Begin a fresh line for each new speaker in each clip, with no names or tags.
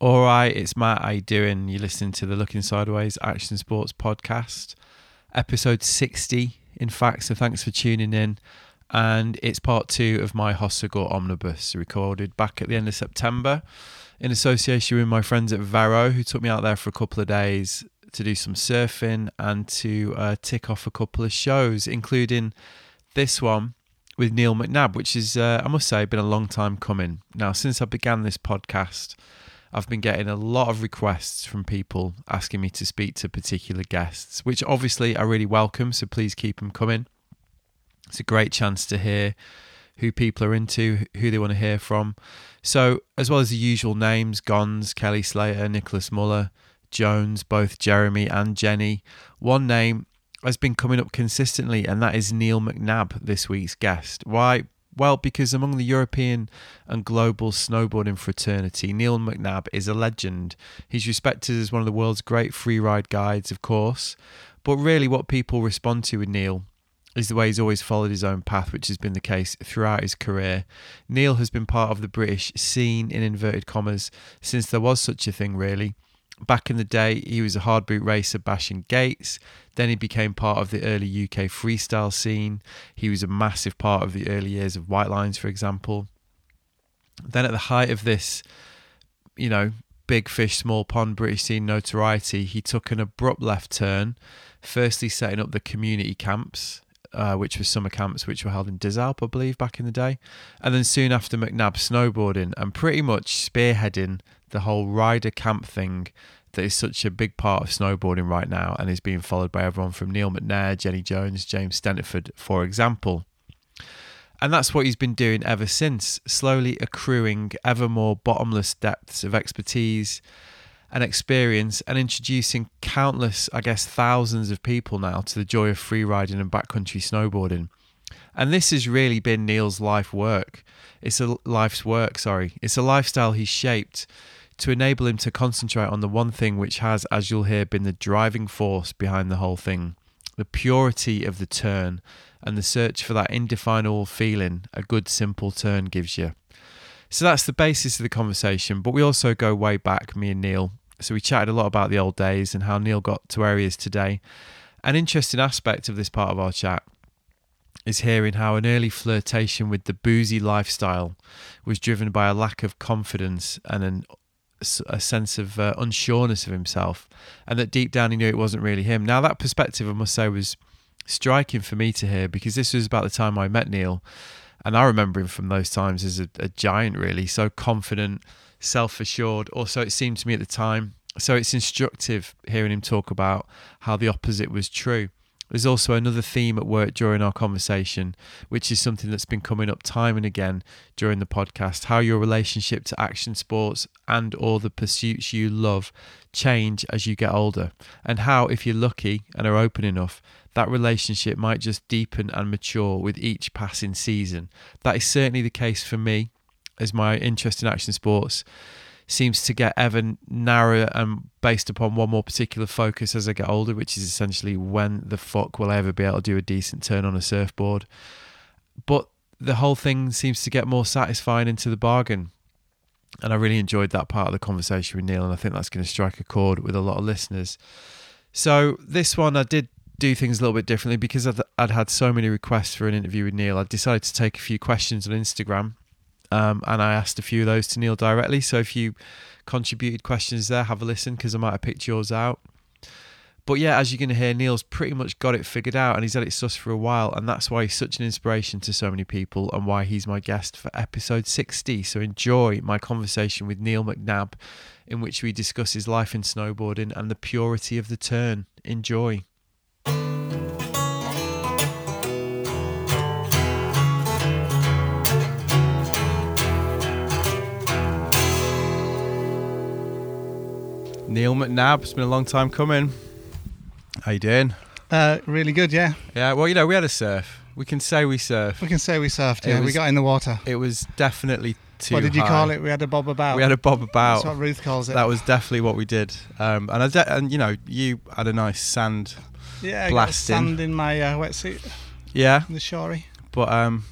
All right, it's Matt. How you doing? You're listening to the Looking Sideways Action Sports Podcast, episode 60, in fact. So thanks for tuning in. And it's part two of my Hossagot Omnibus, recorded back at the end of September in association with my friends at Varro, who took me out there for a couple of days to do some surfing and to uh, tick off a couple of shows, including this one with Neil McNabb, which is, uh, I must say, been a long time coming. Now, since I began this podcast, I've been getting a lot of requests from people asking me to speak to particular guests, which obviously I really welcome. So please keep them coming. It's a great chance to hear who people are into, who they want to hear from. So, as well as the usual names Gons, Kelly Slater, Nicholas Muller, Jones, both Jeremy and Jenny, one name has been coming up consistently, and that is Neil McNabb, this week's guest. Why? Well, because among the European and global snowboarding fraternity, Neil McNabb is a legend. He's respected as one of the world's great freeride guides, of course, but really what people respond to with Neil is the way he's always followed his own path, which has been the case throughout his career. Neil has been part of the British scene, in inverted commas, since there was such a thing, really. Back in the day, he was a hard boot racer bashing gates. Then he became part of the early UK freestyle scene. He was a massive part of the early years of White Lines, for example. Then at the height of this, you know, big fish, small pond British scene notoriety, he took an abrupt left turn, firstly setting up the community camps. Uh, which were summer camps, which were held in Dizalp, I believe, back in the day. And then soon after, McNabb snowboarding and pretty much spearheading the whole rider camp thing that is such a big part of snowboarding right now and is being followed by everyone from Neil McNair, Jenny Jones, James Stenford, for example. And that's what he's been doing ever since, slowly accruing ever more bottomless depths of expertise and experience and introducing countless, I guess, thousands of people now to the joy of freeriding and backcountry snowboarding. And this has really been Neil's life work. It's a life's work, sorry. It's a lifestyle he's shaped to enable him to concentrate on the one thing which has, as you'll hear, been the driving force behind the whole thing the purity of the turn and the search for that indefinable feeling a good simple turn gives you. So that's the basis of the conversation, but we also go way back, me and Neil. So we chatted a lot about the old days and how Neil got to where he is today. An interesting aspect of this part of our chat is hearing how an early flirtation with the boozy lifestyle was driven by a lack of confidence and an, a sense of uh, unsureness of himself, and that deep down he knew it wasn't really him. Now, that perspective, I must say, was striking for me to hear because this was about the time I met Neil, and I remember him from those times as a, a giant, really, so confident, self assured. Also, it seemed to me at the time. So it's instructive hearing him talk about how the opposite was true. There's also another theme at work during our conversation, which is something that's been coming up time and again during the podcast, how your relationship to action sports and or the pursuits you love change as you get older, and how if you're lucky and are open enough, that relationship might just deepen and mature with each passing season. That is certainly the case for me as my interest in action sports seems to get ever narrower and based upon one more particular focus as I get older, which is essentially when the fuck will I ever be able to do a decent turn on a surfboard. But the whole thing seems to get more satisfying into the bargain. And I really enjoyed that part of the conversation with Neil, and I think that's going to strike a chord with a lot of listeners. So, this one I did do things a little bit differently because I'd, I'd had so many requests for an interview with Neil. I decided to take a few questions on Instagram um, and I asked a few of those to Neil directly. So if you contributed questions there, have a listen because I might have picked yours out. But yeah, as you're going to hear, Neil's pretty much got it figured out and he's had it sus for a while. And that's why he's such an inspiration to so many people and why he's my guest for episode 60. So enjoy my conversation with Neil McNabb, in which we discuss his life in snowboarding and the purity of the turn. Enjoy. Neil McNabb, it's been a long time coming. How you doing?
Uh, really good, yeah.
Yeah, well, you know, we had a surf. We can say we surf.
We can say we surfed.
It
Yeah, we
was
got in the water.
It was definitely too.
What did you
high.
call it? We had a bob about.
We had a bob
That's what
about.
Ruth calls it.
That was definitely what we did. Um, and I de- and you know you had a nice sand.
yeah, I got
blasting.
sand in my uh, wetsuit
Yeah,
in the shorey.
but um,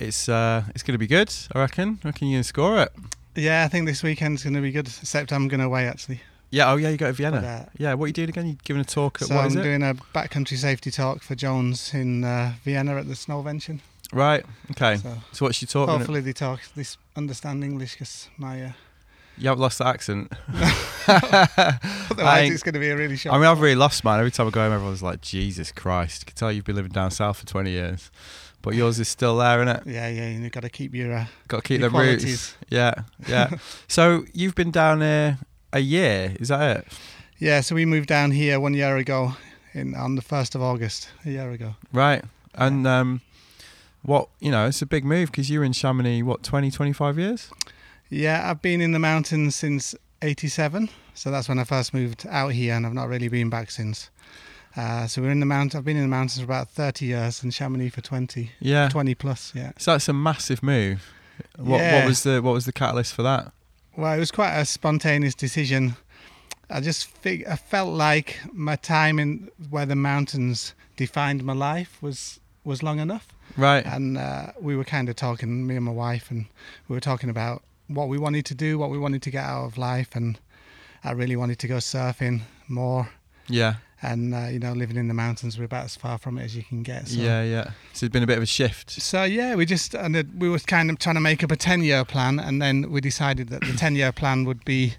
it's uh, it's gonna be good. I reckon. I reckon you can score it.
Yeah, I think this weekend's going to be good, except I'm going away actually.
Yeah. Oh, yeah. You go to Vienna.
But, uh,
yeah. What are you doing again? You're giving a talk at
so
what
I'm
is it?
doing a backcountry safety talk for Jones in uh, Vienna at the Snowvention.
right. Okay. So,
So
what's your talk?
hopefully they talk, they s- understand English because my, uh,
You haven't lost the accent.
otherwise
I-
it's going to be a really short.
I mean, I've really lost mine. Every time I go home, everyone's like, Jesus Christ. You can tell you've been living down south for 20 years. But yours is still there, innit?
yeah, yeah, and you've got to keep your uh,
Got to keep
Your
them roots.
qualities.
Yeah, yeah. so you've been down here a year. Is that it?
Yeah, so we moved down here one year ago, in on the first of August, a year ago.
Right. And um, what, you know, it's a big move because you were in Chamonix, what, 20, 25 years?
Yeah, I've been in the mountains since '87, so that's when I first moved out here, and I've not really been back since. Uh, so we're in the mount. I've been in the mountains for about 30 years, and Chamonix for 20,
Yeah.
20 plus. Yeah.
So that's a massive move. What, what
Yeah.
was the what was the catalyst for that?
Well, it was quite a spontaneous decision. I just fig- I felt like my time in where the mountains defined my life was was long enough.
Right.
and uh, we were kind of talking me and my wife and we were talking about what we wanted to do what we wanted to get out of life and i really wanted to go surfing more
Yeah.
and uh, you know living in the mountains we're about as far from it as you can get so
Yeah, yeah. So it's been a bit of a shift.
so yeah we just and it, we were kind of trying to make up a 10 year plan and then we decided that the 10 year plan would be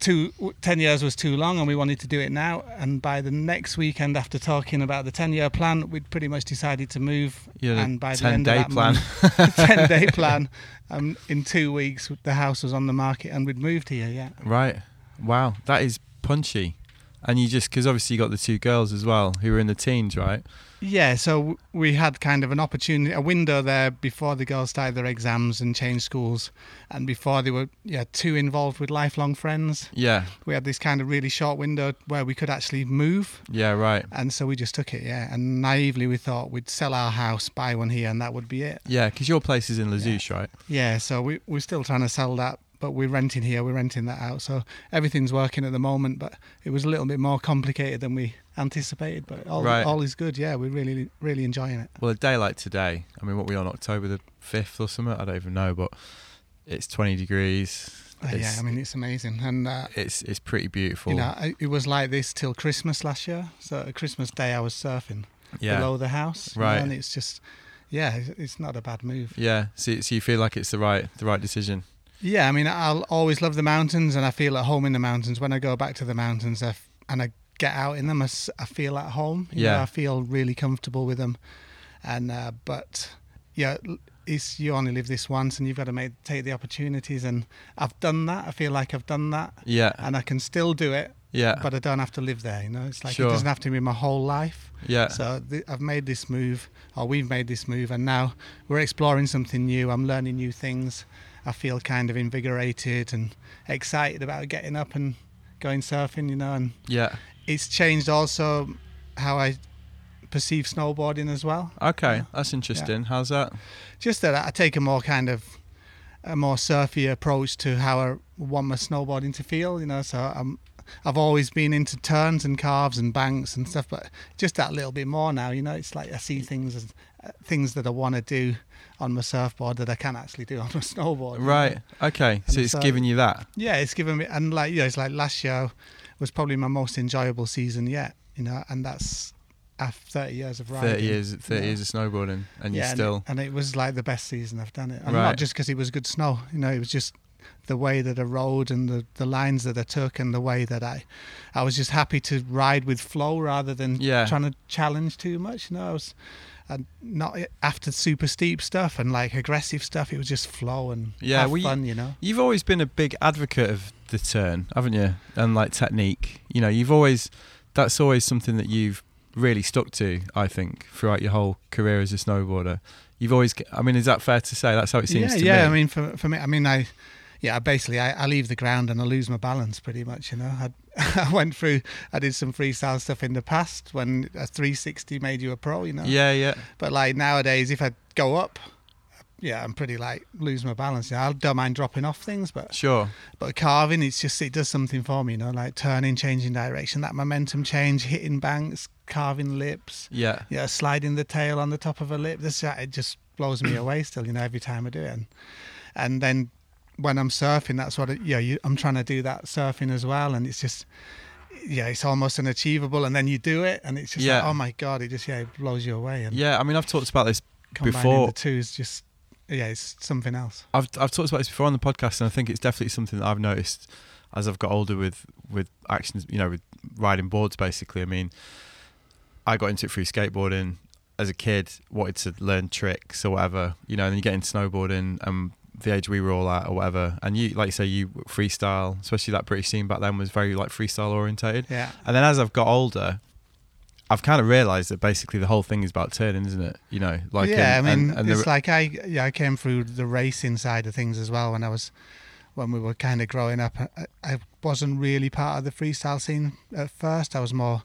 too 10 years was too long and we wanted to do it now and by the next weekend after talking about the 10 year plan we'd pretty much decided to move
You had a
and by the
10
end
day
of that
plan.
month, 10 day plan um, in two weeks the house was on the market and we'd moved here yeah
Right. Wow. That is punchy. And you just, because obviously you got the two girls as well who were in the teens, right?
Yeah, so w- we had kind of an opportunity, a window there before the girls started their exams and changed schools, and before they were yeah too involved with lifelong friends.
Yeah.
We had this kind of really short window where we could actually move,
Yeah, right.
and so we just took it. Yeah, and naively we thought we'd sell our house, buy one here, and that would be it.
Yeah, because your place is in Lazouche, right?
Yeah, so we we're still trying to sell that. But we're renting here, we're renting that out. So everything's working at the moment, but it was a little bit more complicated than we anticipated. But all,
Right.
all is good. Yeah, we're really, really enjoying it.
Well, a day like today, I mean, what we on October the 5th or something? I don't even know, but it's 20 degrees.
Uh, yeah,
It's-
I mean it's amazing, and uh,
It's it's pretty beautiful.
you know I, it was like this till Christmas last year. So at Christmas Day, I was surfing
yeah.
below the house, you know,
Right.
and it's just, yeah, it's, it's not a bad move.
Yeah. So, so you feel like it's the right the right decision.
Yeah, I mean I'll always love the mountains, and I feel at home in the mountains. When I go back to the mountains, I f- and I get out in them, I, s- I feel at home. you know,
Yeah.
I feel really comfortable with them, and uh, but yeah. l- It's, you only live this once, and you've got to make, take the opportunities. And I've done that. I feel like I've done that,
Yeah.
and I can still do it.
Yeah.
Uh, but I don't have to live there. You know, it's like
Sure.
it doesn't have to be my whole life.
Yeah.
So th- I've made this move, or we've made this move, and now we're exploring something new. I'm learning new things. I feel kind of invigorated and excited about getting up and going surfing. You know, and
Yeah.
it's changed also how I perceive snowboarding as well.
Okay. That's interesting. How's that?
Just that I take a more kind of a more surfy approach to how I want my snowboarding to feel, you know. So I'm, I've always been into turns and carves and banks and stuff, but just that little bit more now, you know. It's like I see things as uh, things that I want to do on my surfboard that I can actually do on my snowboard. you know.
Right. Okay. So
And
it's
so-
giving you that.
Yeah, it's given me, and like you know, it's like last year was probably my most enjoyable season yet, you know, and that's after 30 years of riding.
30 years 30
Yeah.
years of snowboarding and you're
and-
still
And, it was like the best season I've done it, and
Right.
not just because it was good snow. You know, it was just the way that I rode and the, the lines that I took and the way that I, I was just happy to ride with flow rather than
Yeah.
trying to challenge too much. You know, I was, and not after super steep stuff and like aggressive stuff. It was just flow and
Yeah,
have
well, you-
fun. You know.
You've always been a big advocate of the turn, haven't you? And like technique, you know, you've always that's always something that you've really stuck to. I think throughout your whole career as a snowboarder, you've always. I mean, is that fair to say? That's how it seems
yeah,
to
yeah.
me.
I mean, for for me, I mean, I, yeah, I basically, I, I leave the ground and I lose my balance pretty much. You know, I, I went through, I did some freestyle stuff in the past when a 360 made you a pro. You know,
yeah, yeah,
But like nowadays, if I go up, yeah, I'm pretty like lose my balance. You know, I don't mind dropping off things, but
sure.
but carving, it's just it does something for me. You know, like turning, changing direction, that momentum change, hitting banks, carving lips.
Yeah,
Yeah, sliding the tail on the top of a lip. This uh, it just blows me away still. You know, every time I do it, and, and then when I'm surfing, that's what it, yeah you, I'm trying to do that surfing as well, and it's just yeah it's almost unachievable, and then you do it, and it's just like,
Yeah.
oh my god, it just yeah it blows you away, and
Yeah, I mean, I've talked about this
combining
before.
the two is just yeah it's something else.
I've I've talked about this before on the podcast, and I think it's definitely something that I've noticed as I've got older with with actions. You know, with riding boards. Basically, I mean, I got into it through skateboarding as a kid. Wanted to learn tricks or whatever. You know, and then you get into snowboarding and the age we were all at or whatever. And you, like you say, you freestyle, especially that British scene back then was very like freestyle orientated.
Yeah,
And then as I've got older, I've kind of realised that basically the whole thing is about turning, isn't it? You know, like
yeah,
and-
I mean,
and- and the-
it's like I yeah I came through the racing side of things as well when I was when we were kind of growing up. I, I wasn't really part of the freestyle scene at first. I was more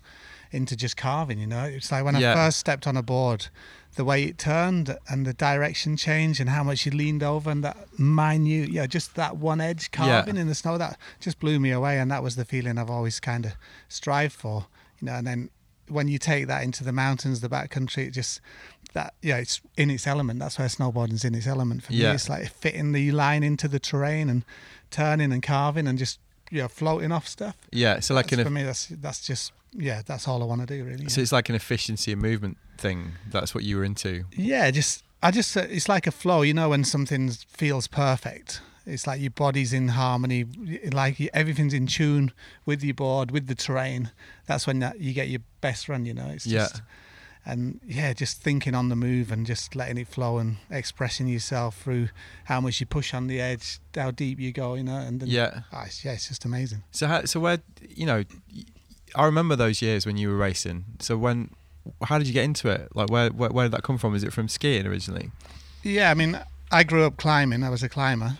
into just carving. You know, it's like when
Yeah.
I first stepped on a board, the way it turned and the direction change and how much you leaned over and that minute yeah just that one edge
Yeah.
carving in the snow that just blew me away and that was the feeling I've always kind of strived for. You know, and then when you take that into the mountains, the backcountry, it just that yeah, it's in its element. That's where snowboarding's in its element for
Yeah.
me. It's like fitting the line into the terrain and turning and carving and just yeah, floating off stuff.
yeah, so like
That's,
an
for me, that's that's just yeah, that's all I want to do really.
So it's like an efficiency and movement thing. That's what you were into.
yeah, just I just uh, it's like a flow. You know, when something feels perfect, it's like your body's in harmony, like everything's in tune with your board, with the terrain. That's when that, you get your best run. You know, it's
Yeah.
just and yeah, just thinking on the move and just letting it flow and expressing yourself through how much you push on the edge, how deep you go. You know, and then,
Yeah.
Ah, it's, yeah, it's just amazing.
So how, so where you know, I remember those years when you were racing. So when, how did you get into it? Like where where, where did that come from? Is it from skiing originally?
Yeah, I mean, I grew up climbing. I was a climber,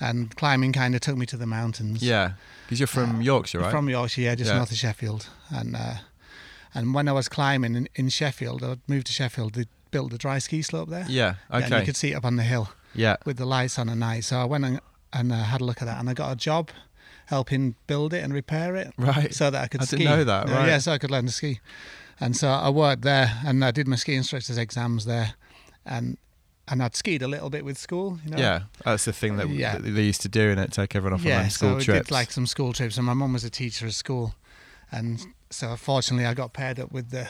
and climbing kind of took me to the mountains.
Yeah, because you're from Yorkshire, right?
Uh, From Yorkshire, yeah, just
Yeah.
north of Sheffield. And uh, and when I was climbing in, in Sheffield, I moved to Sheffield. They built the dry ski slope there.
yeah.
And you
Okay.
could see it up on the hill
Yeah.
with the lights on at night. So I went and, and uh, had a look at that, and I got a job helping build it and repair it
Right.
so that I could
I
ski.
didn't know that,
Yeah,
right.
Yeah, so I could learn to ski. And so I worked there and I did my ski instructor's exams there and and I'd skied a little bit with school, you know.
yeah, that's the thing that,
Yeah.
that they used to do in it. Take everyone off on their
so
school
we
trips.
did like some school trips, and my mum was a teacher at school, and so fortunately I got paired up with the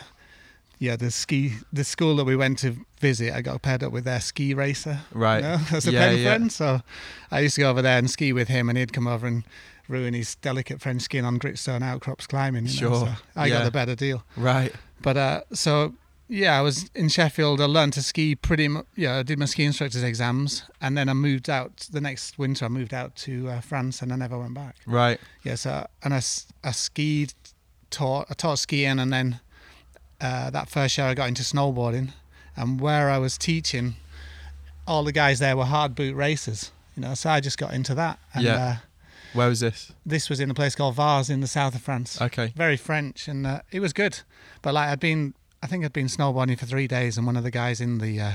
yeah the ski the school that we went to visit. I got paired up with their ski racer,
Right.
You know, as a
Yeah,
pen
yeah.
friend, so I used to go over there and ski with him, and he'd come over and ruin his delicate French skin on gritstone outcrops climbing. You know,
Sure.
so I
Yeah.
got the better deal.
right.
But uh, so yeah, I was in Sheffield. I learned to ski pretty much. Yeah, I did my ski instructor's exams, and then I moved out. The next winter, I moved out to uh, France, and I never went back.
Right.
Yeah, so and I, s- I skied, taught I taught skiing, and then uh, that first year I got into snowboarding, and where I was teaching, all the guys there were hard boot racers. You know, so I just got into that. And
Yeah.
uh,
Where was this?
this was in a place called Vars in the south of France
Okay.
very French, and uh, it was good. But like I'd been, I think I'd been snowboarding for three days, and one of the guys in the uh,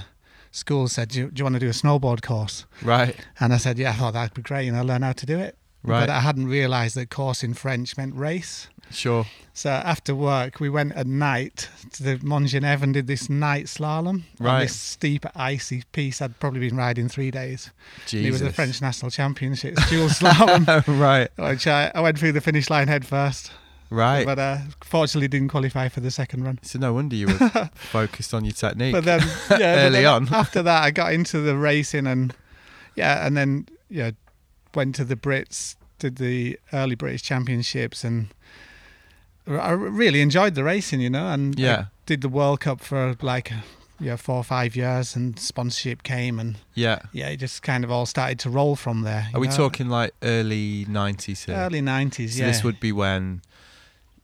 school said, do you, "Do you want to do a snowboard course?"
Right.
And I said, "Yeah, I thought that'd be great, and I learn how to do it."
Right.
But I hadn't realised that course in French meant race.
Sure.
So after work, we went at night to the Mont Genève and did this night slalom
Right.
on this steep, icy piece. I'd probably been riding three days. And It was
Jesus.
the French National Championships dual slalom,
right.
which I, I went through the finish line head first,
Right.
but uh, fortunately didn't qualify for the second run.
so no wonder you were focused on your technique.
but then yeah, but
Early
then
on.
After that, I got into the racing and yeah, and then yeah, went to the Brits, did the early British Championships, and I really enjoyed the racing, you know, and I
Yeah.
did the World Cup for like yeah four or five years, and sponsorship came, and
yeah.
yeah, it just kind of all started to roll from there. you
Are we
know.
talking like early nineties here?
early nineties?
so
yeah,
this would be when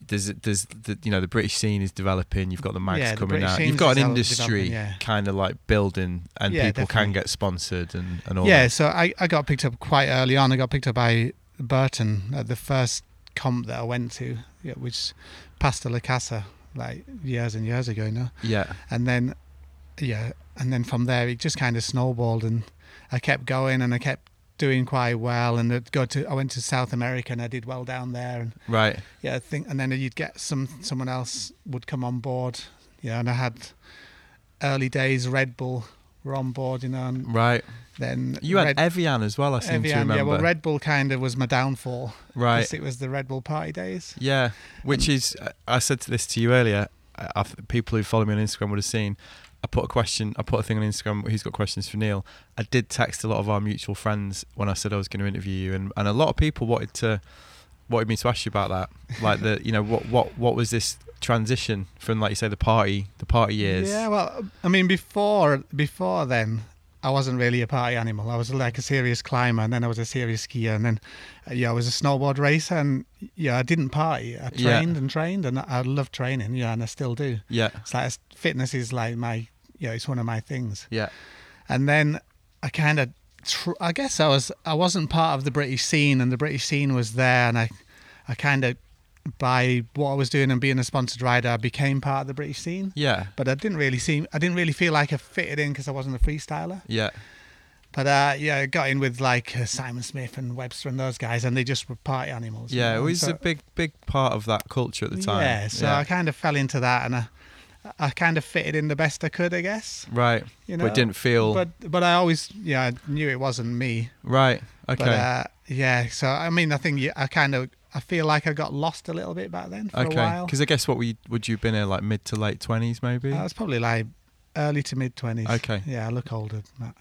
there's there's the, you know the British scene is developing. You've got the mags
Yeah, the
coming
British
out.
scene
You've
is
got an
develop-
industry
developing, yeah.
kind of like building, and
Yeah,
people can
definitely.
get sponsored and and all.
Yeah,
that.
so I, I got picked up quite early on. I got picked up by Burton at the first comp that I went to, yeah, which Pasta La Casa, like years and years ago, you know.
Yeah.
And then, yeah, and then from there it just kind of snowballed, and I kept going and I kept doing quite well. And I'd go to I went to South America and I did well down there, and
Right.
yeah, I think, and then you'd get some someone else would come on board, yeah, and I had early days Red Bull were on board, you know. And
Right.
then
You had Evian as well, I seem to
Evian,
remember.
yeah. Well, Red Bull kind of was my downfall. 'cause
right.
It was the Red Bull party days.
Yeah, which is I said this to you earlier. I, I, people who follow me on Instagram would have seen. I put a question. I put a thing on Instagram. Who's got questions for Neil? I did text a lot of our mutual friends when I said I was going to interview you, and, and a lot of people wanted to wanted me to ask you about that. Like the you know what what what was this transition from like you say the party the party years?
Yeah. Well, I mean, before before then, I wasn't really a party animal. I was like a serious climber, and then I was a serious skier, and then uh, yeah, I was a snowboard racer, and yeah, I didn't party. I
Yeah.
trained and trained, and I- I love training. Yeah, and I still do.
yeah,
It's like it's- fitness is like my yeah, it's one of my things.
yeah,
and then I kind of, tr- I guess I was, I wasn't part of the British scene, and the British scene was there, and I, I kind of, by what I was doing and being a sponsored rider, I became part of the British scene.
yeah,
But I didn't really seem, I didn't really feel like I fitted in because I wasn't a freestyler.
yeah,
But uh, yeah, I got in with like uh, Simon Smith and Webster and those guys, and they just were party animals. you
yeah.
know,
It
and
was
so-
a big big part of that culture at the time.
Yeah, so I kind of fell into that, and I, I kind of fitted in the best I could, I guess.
right.
You
but
know,
it didn't feel
But but I always yeah I knew it wasn't me.
right. Okay.
But uh, yeah, so I mean, I think you- I kind of I feel like I got lost a little bit back then for a
Okay,
while.
because I guess what we would you been here like mid to late twenties maybe?
I was probably like early to mid twenties.
Okay.
Yeah, I look older. Than that.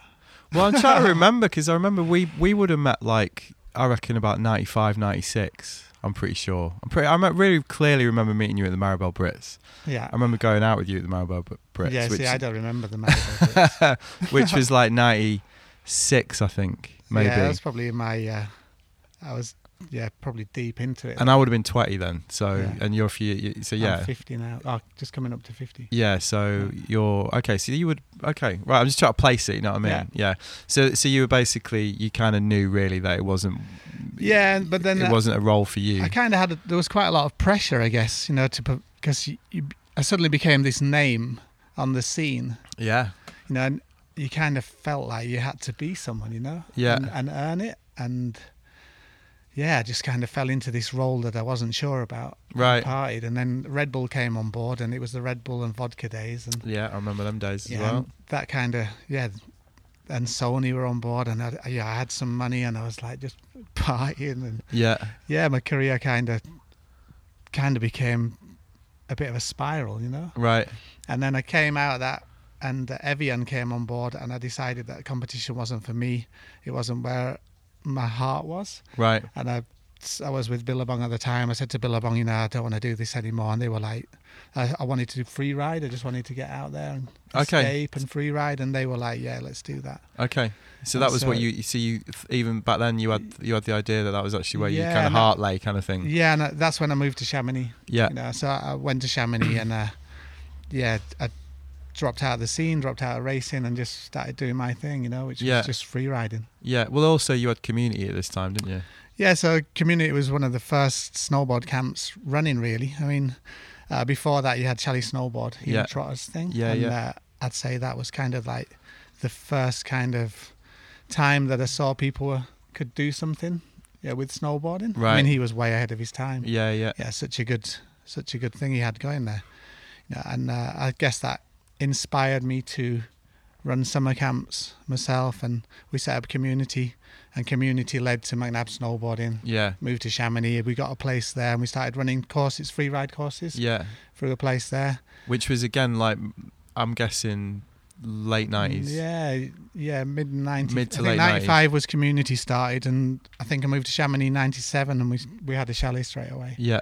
well, I'm trying to remember because I remember we we would have met like I reckon about 95, 96. I'm pretty sure. I'm pretty. I me- really clearly remember meeting you at the Maribel Brits.
Yeah.
I remember going out with you at the Maribel Br- Brits,
yeah.
which
See, I don't remember the marriage.
which was like ninety six, I think maybe.
Yeah, that was probably in my. Uh, I was yeah probably deep into it.
and I would have been twenty then. So
Yeah.
and you're a few. you- So
I'm
yeah.
fifty now. Oh, just coming up to fifty.
Yeah, so you're okay. So you would okay, right? I'm just trying to place it. You know what I mean?
Yeah.
Yeah. So so you were basically you kind of knew really that it wasn't.
Yeah, but then
it
uh,
wasn't a role for you.
I kind of had a, there was quite a lot of pressure, I guess, you know, to because you, you, I suddenly became this name on the scene.
Yeah,
you know, and you kind of felt like you had to be someone, you know,
Yeah.
and, and earn it, and yeah, I just kind of fell into this role that I wasn't sure about.
right.
Partied, and then Red Bull came on board, and it was the Red Bull and vodka days, and
Yeah, I remember them days
yeah,
as well.
and that kind of yeah. And Sony were on board, and I, yeah, I had some money, and I was like just partying, and
Yeah,
yeah, my career kind of kind of became a bit of a spiral, you know.
right.
And then I came out of that, and uh, Evian came on board, and I decided that competition wasn't for me. It wasn't where my heart was.
Right.
And I, I was with Billabong at the time. I said to Billabong, you know, I don't want to do this anymore. And they were like, I, I wanted to do free ride. I just wanted to get out there and
Okay.
escape and free ride. And they were like, yeah, let's do that.
Okay. So
And
that was what
so-
you. So you even back then you had you had the idea that that was actually where
Yeah,
you kind of
and I-
heart lay kind of thing.
Yeah, and I, that's when I moved to Chamonix.
Yeah.
You know, so I I went to Chamonix and uh, yeah, I dropped out of the scene, dropped out of racing, and just started doing my thing. You know, which
Yeah.
was just free riding.
Yeah. Well, also you had community at this time, didn't you?
Yeah, so community was one of the first snowboard camps running. Really, I mean, uh, before that you had Charlie Snowboard, Ian
Yeah.
Trotter's thing.
Yeah,
and,
yeah.
Uh, I'd say that was kind of like the first kind of time that I saw people were, could do something. Yeah, with snowboarding. I
Right.
mean, he was way ahead of his time.
Yeah. Yeah.
Yeah, such a good, such a good thing he had going there. You know, and uh, I guess that inspired me to run summer camps myself, and we set up community, and community led to McNab snowboarding
Yeah.
moved to Chamonix. We got a place there, and we started running courses, free ride courses
Yeah.
through a place there.
Which was again like I'm guessing late nineties.
Yeah, yeah, mid nineties.
Mid to
I think
late
95 was community started, and I think I moved to Chamonix in '97, and we we had a chalet straight away,
Yeah.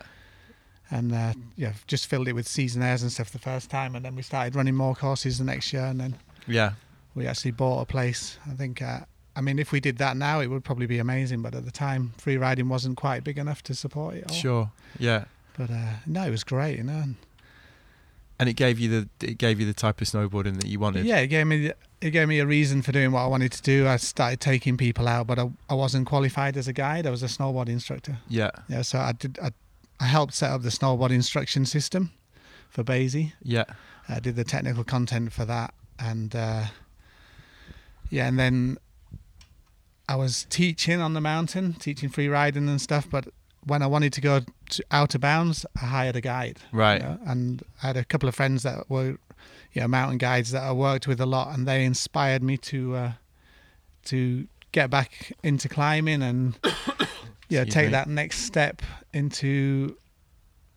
and uh, yeah, just filled it with seasonaires and stuff the first time, and then we started running more courses the next year, and then
Yeah.
we actually bought a place. I think. Uh, I mean, if we did that now, it would probably be amazing. But at the time, free riding wasn't quite big enough to support it all.
Sure. Yeah.
But uh, no, it was great, you know. and-
And it gave you the it gave you the type of snowboarding that you wanted.
Yeah, it gave me it gave me a reason for doing what I wanted to do. I started taking people out, but I, I wasn't qualified as a guide. I was a snowboard instructor.
Yeah.
Yeah, so I did I, I helped set up the snowboard instruction system for Basie.
Yeah.
I did the technical content for that, and uh, yeah, and then I was teaching on the mountain, teaching free riding and stuff. But when I wanted to go to out of bounds, I hired a guide.
Right.
you know, and I had a couple of friends that were you know, mountain guides that I worked with a lot, and they inspired me to uh, to get back into climbing and yeah,
Excuse
take
me.
that next step into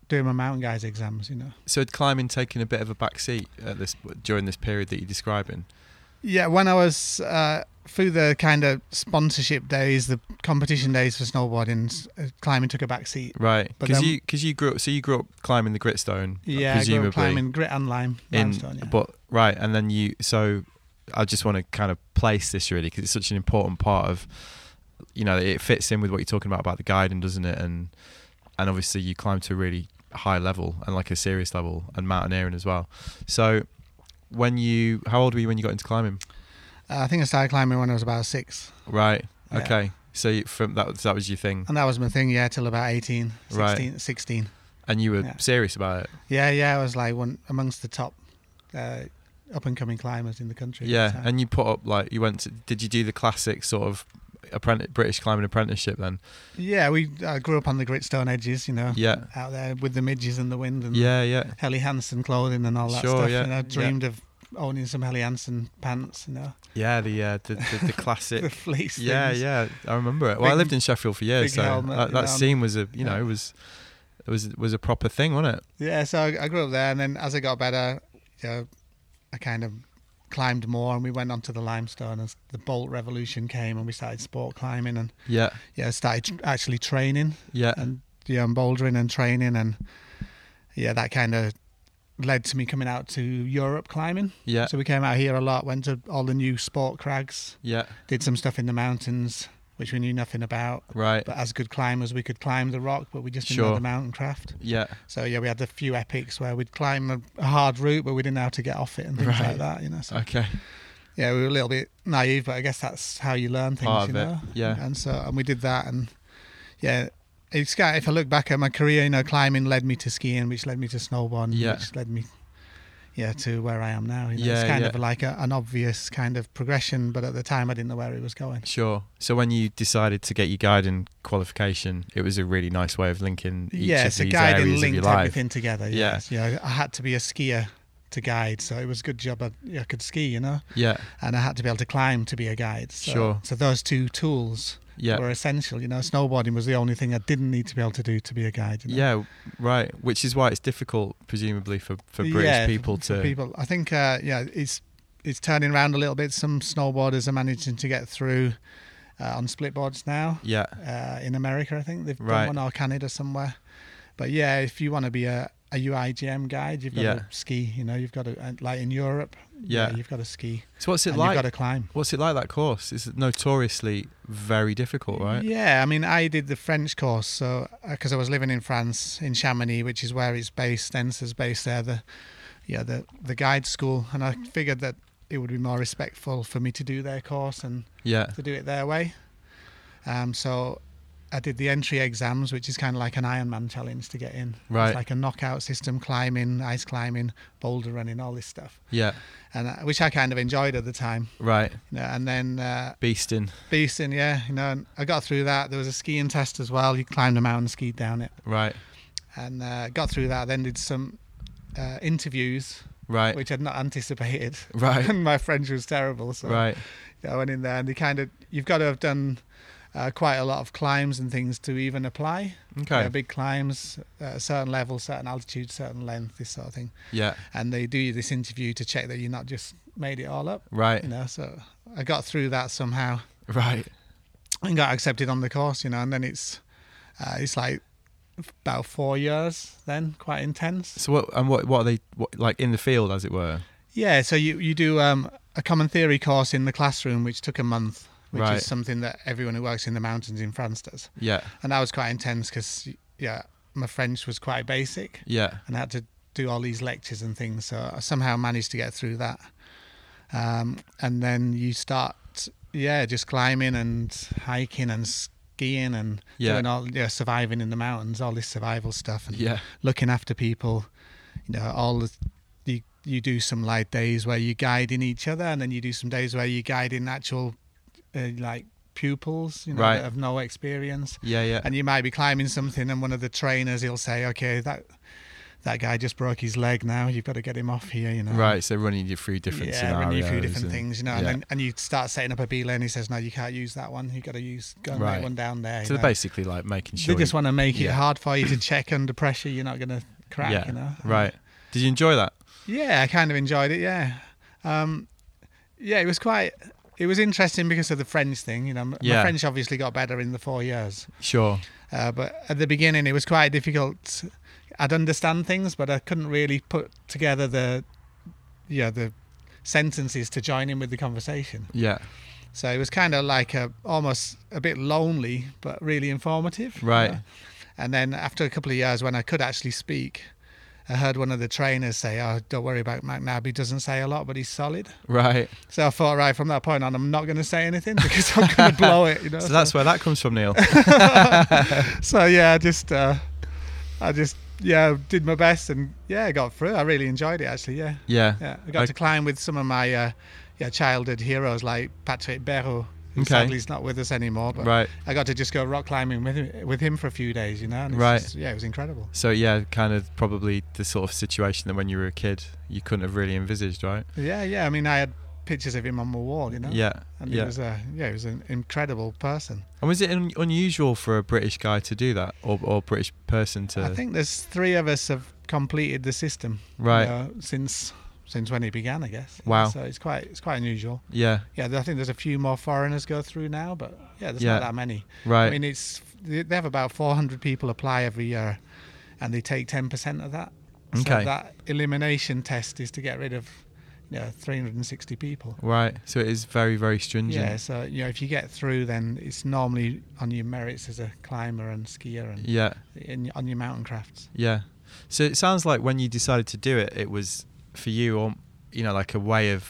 doing my mountain guides exams. You know.
So had climbing taken a bit of a back seat at this during this period that you're describing?
Yeah, when I was uh, through the kind of sponsorship days, the competition days for snowboarding, s- uh, climbing took a back seat.
Right,
But
because
then-
you because you grew up. So you grew up climbing the gritstone,
Yeah, I grew
presumably.
up climbing grit and lime,
in-
limestone. yeah.
But right, and then you. So I just want to kind of place this really because it's such an important part of. You know, it fits in with what you're talking about about the guiding, doesn't it? And and obviously you climb to a really high level and like a serious level and mountaineering as well. So when you, how old were you when you got into climbing?
Uh, I think I started climbing when I was about six,
Right.
Yeah. Um,
Okay. So you, from that, that was your thing,
and that was my thing. Yeah, till about 18, 16,
Right.
16.
and you were
Yeah.
serious about it.
Yeah, yeah, I was like one amongst the top uh, up and coming climbers in the country. at the
Yeah,
time.
and you put up like you went. To, did you do the classic sort of apprentice, British climbing apprenticeship then?
yeah, we I grew up on the gritstone edges, you know,
Yeah,
out there with the midges and the wind and
yeah, yeah.
Helly Hansen clothing and all that
Sure,
stuff.
yeah,
And I
yeah.
dreamed of owning some Helly Hansen pants, you know,
Yeah, the uh, the, the, the classic.
the fleece.
yeah,
things.
yeah, I remember it. Well, I
Big-
lived in Sheffield for years,
big
so
helmet,
that,
you
that
know.
scene was a you
Yeah.
know was was was a proper thing, wasn't it?
Yeah, so I, I grew up there, and then as I got better, you know, I kind of climbed more, and we went onto the limestone as the Bolt Revolution came, and we started sport climbing, and
Yeah,
yeah, started tr- actually training
yeah,
and yeah, and bouldering and training, and yeah, that kind of led to me coming out to Europe climbing.
yeah,
So we came out here a lot, went to all the new sport crags,
yeah.
did some stuff in the mountains which we knew nothing about.
Right.
But as good climbers, we could climb the rock, but we just didn't know
Sure.
the mountain craft.
Yeah,
So yeah, we had a few epics where we'd climb a- a hard route, but we didn't know how to get off it and things
Right.
like that. You know, so
okay.
yeah, we were a little bit naive, but I guess that's how you learn things.
Part
you
of it,
know,
yeah.
And so and we did that, and yeah, it's kind if I look back at my career, you know, climbing led me to skiing, which led me to snowboarding,
Yeah.
which led me. Yeah, to where I am now. You know?
Yeah,
it's kind
yeah.
of like a, an obvious kind of progression, but at the time I didn't know where it was going.
Sure. So when you decided to get your guiding qualification, it was a really nice way of linking each
yeah,
of
it's
these
a guide
areas
and
of your
linked
life.
everything together.
Yeah.
Yes. Yeah. I had to be a skier to guide, so it was a good job I, I could ski, you know,
Yeah,
and I had to be able to climb to be a guide. So,
Sure.
So those two tools
yeah.
were essential. You know, snowboarding was the only thing I didn't need to be able to do to be a guide. You know?
Yeah, right. Which is why it's difficult, presumably, for, for British
Yeah,
people
for
to.
people. I think uh, yeah, it's it's turning around a little bit. Some snowboarders are managing to get through uh, on split boards now.
Yeah,
uh, in America, I think they've
Right.
done one or Canada somewhere. But yeah, if you want to be a, a UIGM guide, you've got
Yeah.
to ski. You know, you've got to and like in Europe.
yeah.
you've got to ski.
So what's it
and
like?
You've got to climb.
What's it like that course? It's notoriously very difficult, right?
Yeah, I mean, I did the French course, so because I was living in France in Chamonix, which is where it's based. Ensa's based there. The yeah, the the guide school, and I figured that it would be more respectful for me to do their course and
Yeah,
to do it their way. Um, so I did the entry exams, which is kind of like an Ironman challenge to get in.
Right.
It's like a knockout system, climbing, ice climbing, boulder running, all this stuff,
yeah,
and I, which I kind of enjoyed at the time.
right.
You know, and then uh,
Beasting,
beasting, yeah, you know, and I got through that. There was a skiing test as well. You climbed a mountain, skied down it,
right,
and uh, got through that. Then did some uh, interviews,
right,
which I'd not anticipated.
right,
and my French was terrible, so
right.
I went in there and they kind of you've got to have done uh, quite a lot of climbs and things to even apply.
Okay,
They're big climbs, at a certain level, certain altitude, certain length, this sort of thing.
yeah,
And they do this interview to check that you're not just made it all up,
right,
you know. So I got through that somehow
right.
and got accepted on the course, you know. And then it's uh, it's like about four years then, quite intense.
So what and what what are they what, like in the field, as it were?
Yeah, so you you do um, a common theory course in the classroom, which took a month, which
Right.
is something that everyone who works in the mountains in France does.
Yeah,
and that was quite intense because yeah, my French was quite basic,
yeah,
and I had to do all these lectures and things. So I somehow managed to get through that, um, and then you start yeah, just climbing and hiking and skiing and
Yeah.
doing all yeah, surviving in the mountains, all this survival stuff, and
yeah,
looking after people. You know, all the you you do some like days where you're guiding each other, and then you do some days where you're guiding actual uh, like pupils, you know,
Right.
that have no experience
yeah, yeah.
and you might be climbing something and one of the trainers he'll say okay that that guy just broke his leg. Now you've got to get him off here. You know.
Right, so running you through different
um, Yeah,
scenarios.
running you through different
and-
things, you know, and
yeah.
then and you start setting up a B lane. He says, "No, you can't use that one. You got to use go and
Right.
make one down there." you
so they're
know.
basically like making
They
sure.
just
you-
want to make it
yeah.
hard for you to check under pressure. You're not going to crack, you know.
Right. Did you enjoy that?
Yeah, I kind of enjoyed it. Yeah, um, yeah, it was quite. It was interesting because of the French thing. You know, m-
Yeah.
my French obviously got better in the four years,
Sure.
uh, but at the beginning it was quite difficult. I'd understand things, but I couldn't really put together the, yeah, the sentences to join in with the conversation.
Yeah.
So it was kind of like a almost a bit lonely, but really informative. you
Right.
know. And then after a couple of years, when I could actually speak, I heard one of the trainers say, "Oh, don't worry about McNabb. He doesn't say a lot, but he's solid."
Right.
So I thought, right from that point on, I'm not going to say anything because I'm going to blow it. You know.
So that's where that comes from, Neil.
So, yeah, I just, uh, I just yeah did my best and yeah got through. I really enjoyed it actually. Yeah.
Yeah.
Yeah, I got to climb with some of my uh, yeah childhood heroes like Patrick Berro. who
Okay.
Sadly, he's not with us anymore. But
Right.
I got to just go rock climbing with him, with him for a few days, you know. And it's
Right.
just- yeah, it was incredible.
So yeah, kind of probably the sort of situation that when you were a kid you couldn't have really envisaged, right?
Yeah, yeah. I mean, I had pictures of him on my wall, you know.
Yeah.
And
yeah.
he was a yeah, he was an incredible person.
and was it un- unusual for a British guy to do that, or or British person to?
I think there's three of us have completed the system. you
Right.
know, since since when he began, I guess.
Wow.
So it's quite it's quite unusual.
Yeah.
Yeah, I think there's a few more foreigners go through now, but yeah, there's
Yeah.
not that many.
Right.
I mean, it's they they have about 400 people apply every year, and they take 10% of that.
Okay.
So that elimination test is to get rid of, you know, 360 people.
right. So it is very very stringent.
Yeah. So you know, if you get through, then it's normally on your merits as a climber and skier and
Yeah.
in, on your mountain crafts.
Yeah. So it sounds like when you decided to do it, it was for you, or you know, like a way of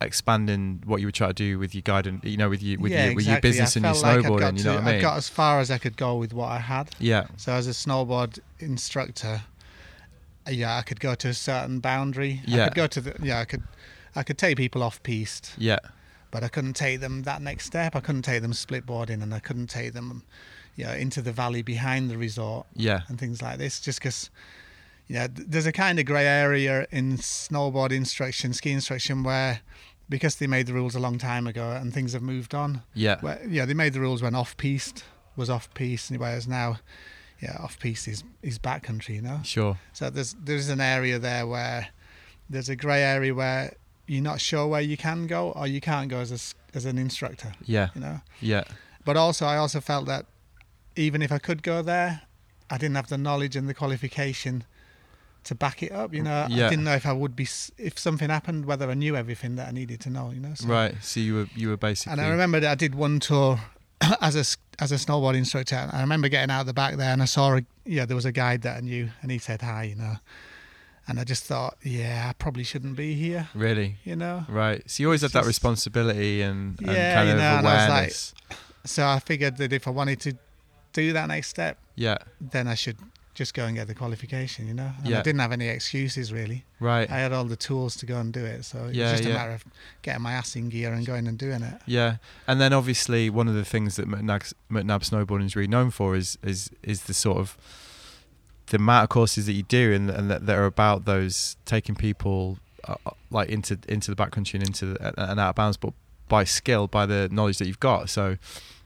expanding what you were trying to do with your guidance, you know, with your with, your, with your
exactly. I
business and your
felt like I'd
snowboarding.
got
you know
to-
what I mean?
I got as far as I could go with what I had.
yeah.
So as a snowboard instructor, uh, yeah, I could go to a certain boundary.
Yeah.
I could go to the yeah, I could I could take people off piste,
Yeah.
but I couldn't take them that next step. I couldn't take them split boarding and I couldn't take them you know, into the valley behind the resort
Yeah.
and things like this just because you know, th- there's a kind of grey area in snowboard instruction, ski instruction where because they made the rules a long time ago and things have moved on,
Yeah.
well, yeah, they made the rules when off piste was off piste, whereas now, yeah, off piste is is backcountry, you know.
Sure.
So there's there's an area there where there's a grey area where you're not sure where you can go or you can't go as a s as an instructor,
Yeah.
you know.
Yeah.
But also, I also felt that even if I could go there, I didn't have the knowledge and the qualification to back it up. You know,
Yeah.
I didn't know if I would be s- if something happened, whether I knew everything that I needed to know. You know, so
Right. So you were you were basically
and I remember that I did one tour as a s- as a snowboard instructor. And I remember getting out the back there, and I saw a, yeah there was a guide that I knew, and he said hi, you know, and I just thought, yeah, I probably shouldn't be here,
really
you know.
right. So you always had
It's
that
just-
responsibility and, and
Yeah,
kind
you
of
know, and I was like-
awareness.
So I figured that if I wanted to do that next step,
yeah.
then I should just go and get the qualification, you know. And
Yeah.
I didn't have any excuses really.
Right.
I had all the tools to go and do it, so it
Yeah,
was just
yeah.
a matter of getting my ass in gear and going and doing it.
Yeah, and then obviously one of the things that McNab, McNab snowboarding is really known for is is is the sort of the amount of courses that you do and and that, that are about those taking people uh, uh, like into into the backcountry and into the, and out of bounds, but by skill, by the knowledge that you've got. So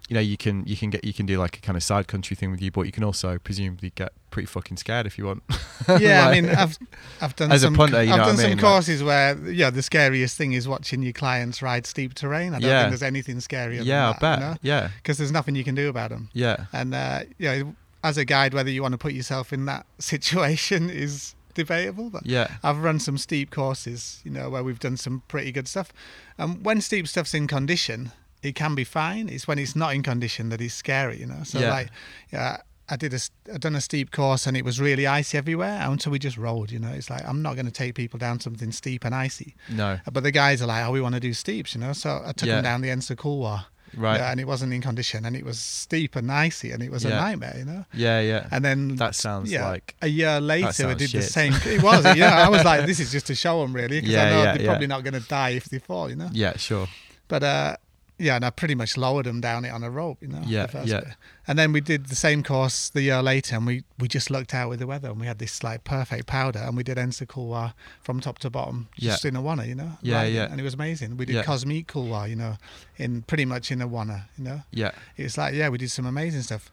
you know you can you can get you can do like a kind of side country thing with you, but you can also presumably get pretty fucking scared if you want.
yeah, I
Like-
mean, I've I've done
As a
some,
punter, you
I've
know
done
what I
some
mean, like-
courses where yeah, the scariest thing is watching your clients ride steep terrain. I don't
Yeah.
think there's anything scarier.
yeah, I
than that,
bet.
You know?
Yeah,
'Cause there's nothing you can do about them.
yeah,
And uh, yeah, as a guide, whether you want to put yourself in that situation is debatable. But
yeah,
I've run some steep courses, you know, where we've done some pretty good stuff. And when steep stuff's in condition, it can be fine. It's when it's not in condition that it's scary, you know. So
Yeah.
like, yeah, I did a, s- I done a steep course and it was really icy everywhere, and so we just rolled, you know. It's like I'm not going to take people down something steep and icy.
no,
But the guys are like, oh, we want to do steeps, you know. So I took
Yeah.
them down the Ensakulwa,
right,
yeah, and it wasn't in condition, and it was steep and icy, and it was
Yeah.
a nightmare, you know.
yeah, yeah.
And then
that sounds
yeah,
like
a year later we
sounds
did the
shit.
same. It was yeah. I was like, this is just to show them really, because
Yeah,
I know
yeah,
they're
yeah.
probably not going to die if they fall, you know.
yeah, sure.
But uh, yeah, and I pretty much lowered him down it on a rope, you know.
Yeah,
the first
yeah.
bit. And then we did the same course the year later, and we we just lucked out with the weather, and we had this like perfect powder, and we did Ensa Kulwar from top to bottom,
Yeah.
just in a wanna, you know.
Yeah,
riding,
yeah.
And it was amazing. We did
Yeah.
Cosmic Kulwar, you know, in pretty much in a wanna, you know.
Yeah.
It's like yeah, we did some amazing stuff.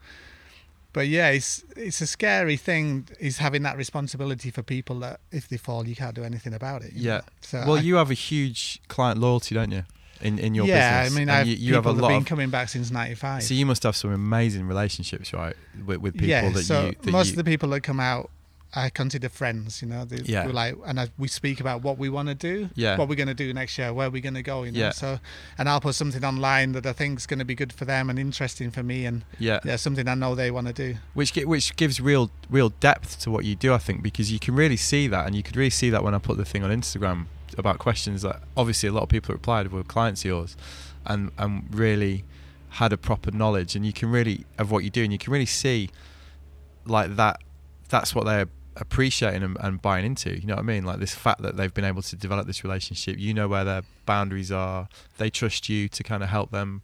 But yeah, it's it's a scary thing is having that responsibility for people that if they fall, you can't do anything about it. you
Yeah.
know. So
well,
I-
you have a huge client loyalty, don't you? In in your
yeah,
business.
I mean,
And
I have
you, you
people
have a
that
lot
have been
of.
coming back since '95.
So you must have some amazing relationships, right, with, with people
yeah,
that
so
you. That
most
you,
of the people that come out, I consider friends. You know, they,
Yeah.
we're like, and I, we speak about what we want to do,
Yeah.
what we're going to do next year, where we're going to go. You know,
Yeah.
so and I'll put something online that I think is going to be good for them and interesting for me, and
yeah.
yeah, something I know they want to do.
which gi- which gives real real depth to what you do, I think, because you can really see that, and you could really see that when I put the thing on Instagram about questions that obviously a lot of people replied were clients of yours, and and really had a proper knowledge, and you can really of what you do, and you can really see like that that's what they're appreciating and, and buying into you know what i mean like this fact that they've been able to develop this relationship you know where their boundaries are they trust you to kind of help them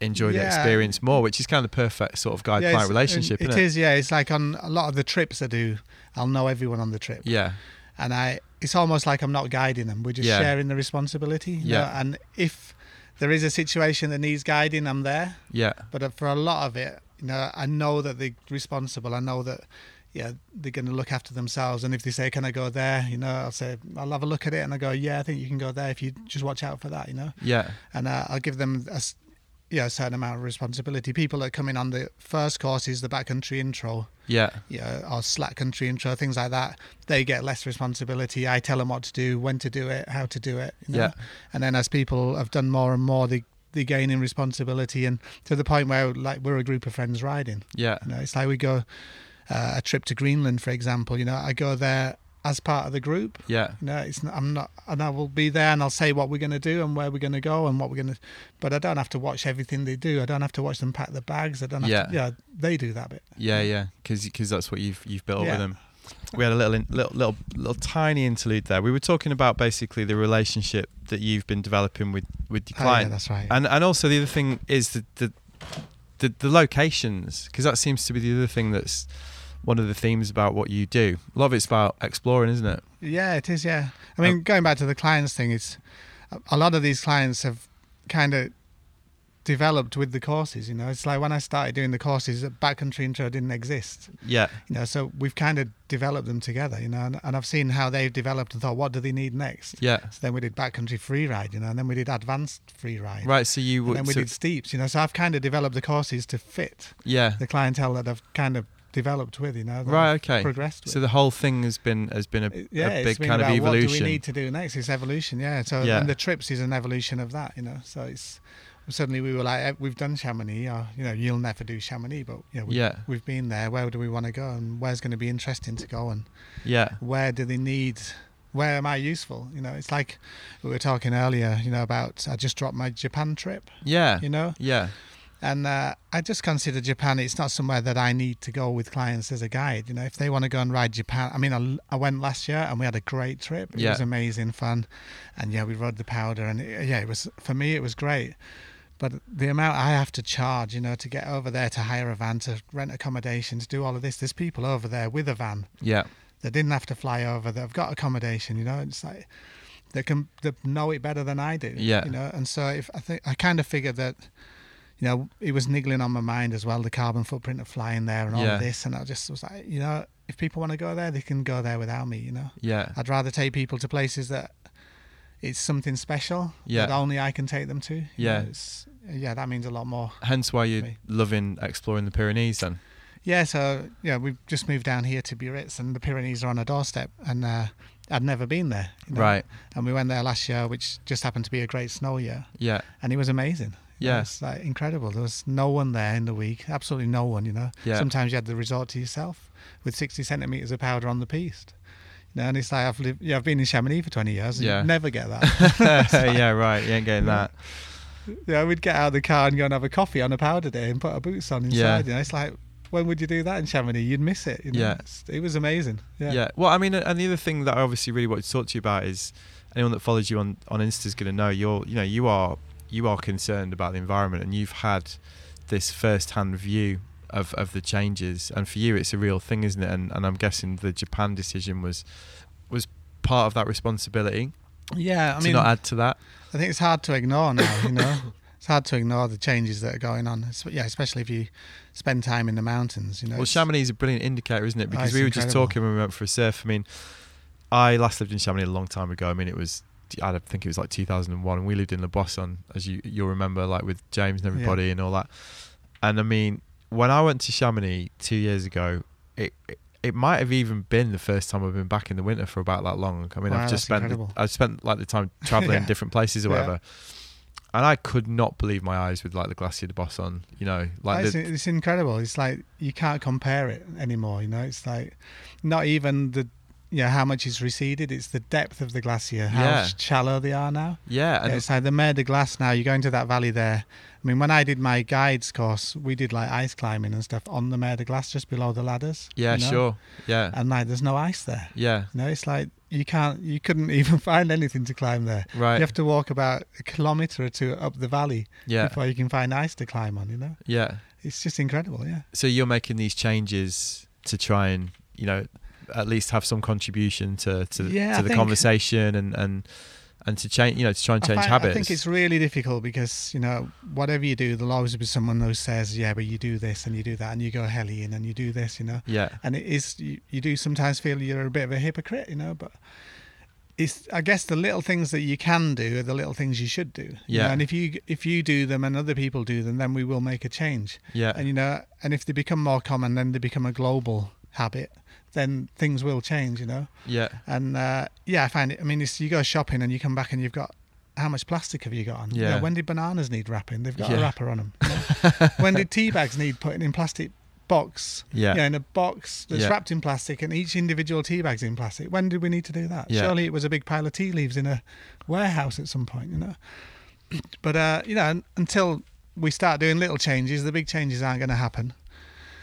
enjoy the
Yeah.
experience more which is kind of the perfect sort of guide client
it's-
relationship
It
isn't
is, yeah. It's like on a lot of the trips I do, I'll know everyone on the trip.
Yeah,
and I it's almost like I'm not guiding them. We're just
Yeah.
sharing the responsibility. you
Yeah.
know, And if there is a situation that needs guiding, I'm there.
yeah,
But uh, for a lot of it, you know, I know that they're responsible. I know that yeah, they're going to look after themselves. And if they say, "Can I go there?" You know, I'll say, "I'll have a look at it," and I go, "Yeah, I think you can go there if you just watch out for that." You know,
yeah,
and uh, I'll give them a s- yeah, a certain amount of responsibility. People that come in on the first course is the backcountry intro,
yeah,
you know, or slack country intro, things like that, they get less responsibility. I tell them what to do, when to do it, how to do it. You know?
Yeah.
And then as people have done more and more, they they gain in responsibility and to the point where like we're a group of friends riding.
yeah,
You know, it's like we go uh, a trip to Greenland, for example. You know, I go there as part of the group.
yeah,
No, it's not, I'm not, and I will be there, and I'll say what we're going to do and where we're going to go and what we're going to. But I don't have to watch everything they do. I don't have to watch them pack the bags. I don't. Have
Yeah.
to, yeah, they do that bit.
yeah, yeah. Because that's what you've you've built up
Yeah.
with them. We had a little, in, little, little, little tiny interlude there. We were talking about basically the relationship that you've been developing with with your
Oh, yeah,
client,
that's right.
and and also the other thing is the the the, the locations, because that seems to be the other thing that's one of the themes about what you do. A lot of it's about exploring, isn't it?
Yeah, it is. Yeah, I
Oh.
mean, going back to the clients thing, it's a lot of these clients have kind of developed with the courses. You know, it's like when I started doing the courses, backcountry intro didn't exist.
Yeah,
You know, so we've kind of developed them together. You know, and, and I've seen how they've developed and thought, what do they need next?
yeah.
So then we did backcountry freeride. You know, and then we did advanced freeride.
Right. So you
And
would.
then we
so-
did steeps. You know, so I've kind of developed the courses to fit
yeah.
the clientele that I've kind of developed with. You know, that
Right.
I've
Okay.
Progressed with
So the whole thing has been has been a,
Uh, yeah,
a
it's
big
been
kind of
about
evolution.
What do we need to do next? It's evolution, yeah. So
Yeah.
and the trips is an evolution of that, you know. So it's suddenly we were like, eh, we've done Chamonix, or you know, you'll never do Chamonix, but you know, we,
Yeah.
we've been there. Where do we want to go, and where's going to be interesting to go, and
Yeah,
where do they need? Where am I useful? You know, it's like we were talking earlier, you know, about I just dropped my Japan trip,
yeah,
you know,
yeah,
and uh, I just consider Japan. It's not somewhere that I need to go with clients as a guide. You know, if they want to go and ride Japan, I mean, I, I went last year and we had a great trip. It
Yeah.
was amazing fun, and yeah, we rode the powder, and it, yeah, it was for me it was great. But the amount I have to charge, you know, to get over there, to hire a van, to rent accommodation, to do all of this, there's people over there with a van
yeah,
that didn't have to fly over, that have got accommodation. You know, it's like they can they know it better than I do.
Yeah.
You know, and so if I think I kind of figured that, you know, it was niggling on my mind as well, the carbon footprint of flying there and all
Yeah.
of this, and I just was like, you know, if people want to go there, they can go there without me. You know,
yeah,
I'd rather take people to places that it's something special
Yeah.
that only I can take them to. you
Yeah.
know, it's, yeah, that means a lot more.
Hence why you're
Me.
loving exploring the Pyrenees then.
Yeah, so yeah, we've just moved down here to Biarritz, and the Pyrenees are on our doorstep, and uh, I'd never been there. you know.
Right.
And we went there last year, which just happened to be a great snow year,
Yeah,
and it was amazing. You know,
Yeah.
it's like incredible. There was no one there in the week, absolutely no one. You know,
Yeah.
sometimes you had the resort to yourself with 60 centimeters of powder on the piste. You know, and it's like I've lived, yeah, I've been in Chamonix for 20 years, and
Yeah.
you never get that.
yeah, right. You ain't getting that.
yeah, we'd get out of the car and go and have a coffee on a powder day and put our boots on inside.
Yeah.
You know, it's like when would you do that in Chamonix? You'd miss it. You know?
Yeah.
It's- it was amazing.
Yeah.
Yeah,
Well, I mean, uh, and the other thing that I obviously really wanted to talk to you about is anyone that follows you on on Insta is going to know you're you know you are you are concerned about the environment and you've had this first-hand view of, of the changes and for you it's a real thing isn't it and, and i'm guessing the japan decision was was part of that responsibility
Yeah, I
to
mean,
not add to that
I think it's hard to ignore now. You know, it's hard to ignore the changes that are going on. It's- Yeah, especially if you spend time in the mountains. You know,
Well,
it's-
Chamonix is a brilliant indicator, isn't it? Because
it's
we were just
incredible.
talking when we went for a surf. I mean, I last lived in Chamonix a long time ago. I mean, it was I don't think it was like 2001, and we lived in Le Boisson, as you you'll remember, like with James and
Yeah.
everybody and all that. And I mean, when I went to Chamonix two years ago, it. it it might have even been the first time I've been back in the winter for about that long. I mean,
Wow,
I've just
that's
spent
incredible.
I've spent like the time traveling
Yeah.
different places or
Yeah.
whatever, and I could not believe my eyes with like the Glacier de Bosson. You know, like
it's,
the,
it's incredible. It's like you can't compare it anymore. You know, it's like not even the you know how much it's receded. It's the depth of the glacier, how
Yeah.
shallow they are now.
yeah, and
Yeah,
it's
it's like the Mer de Glace now. You go into that valley there. I mean, when I did my guides course, we did like ice climbing and stuff on the Mer de Glace, just below the ladders.
Yeah,
you know? Uh,
sure. Yeah,
And like, there's no ice there.
yeah.
You know, it's like you can't, you couldn't even find anything to climb there.
Right.
You have to walk about a kilometre or two up the valley
yeah,
before you can find ice to climb on. You know,
yeah.
it's just incredible. Yeah.
So you're making these changes to try and you know at least have some contribution to to,
Yeah,
to
I
the
think-
conversation and and and to change you know to try and
I
change
find-
habits.
I think it's really difficult because you know whatever you do, there'll always be someone who says, "Yeah, but you do this and you do that and you go hellion and you do this," you know.
yeah,
And it is you, you do sometimes feel you're a bit of a hypocrite, you know. But it's I guess the little things that you can do are the little things you should do. you
Yeah.
know, And if you if you do them and other people do them, then we will make a change.
yeah,
And you know, and if they become more common, then they become a global habit. Then things will change, you know.
yeah,
And uh, yeah, I find it. I mean, it's, you go shopping and you come back and you've got how much plastic have you got on? You
Yeah.
know, when did bananas need wrapping? They've got
Yeah.
a wrapper on them. when did tea bags need putting in plastic box?
yeah,
You know, in a box that's
Yeah.
wrapped in plastic, and each individual tea bag's in plastic. When did we need to do that?
Yeah.
Surely it was a big pile of tea leaves in a warehouse at some point, you know. But uh, you know, un- until we start doing little changes, the big changes aren't going to happen.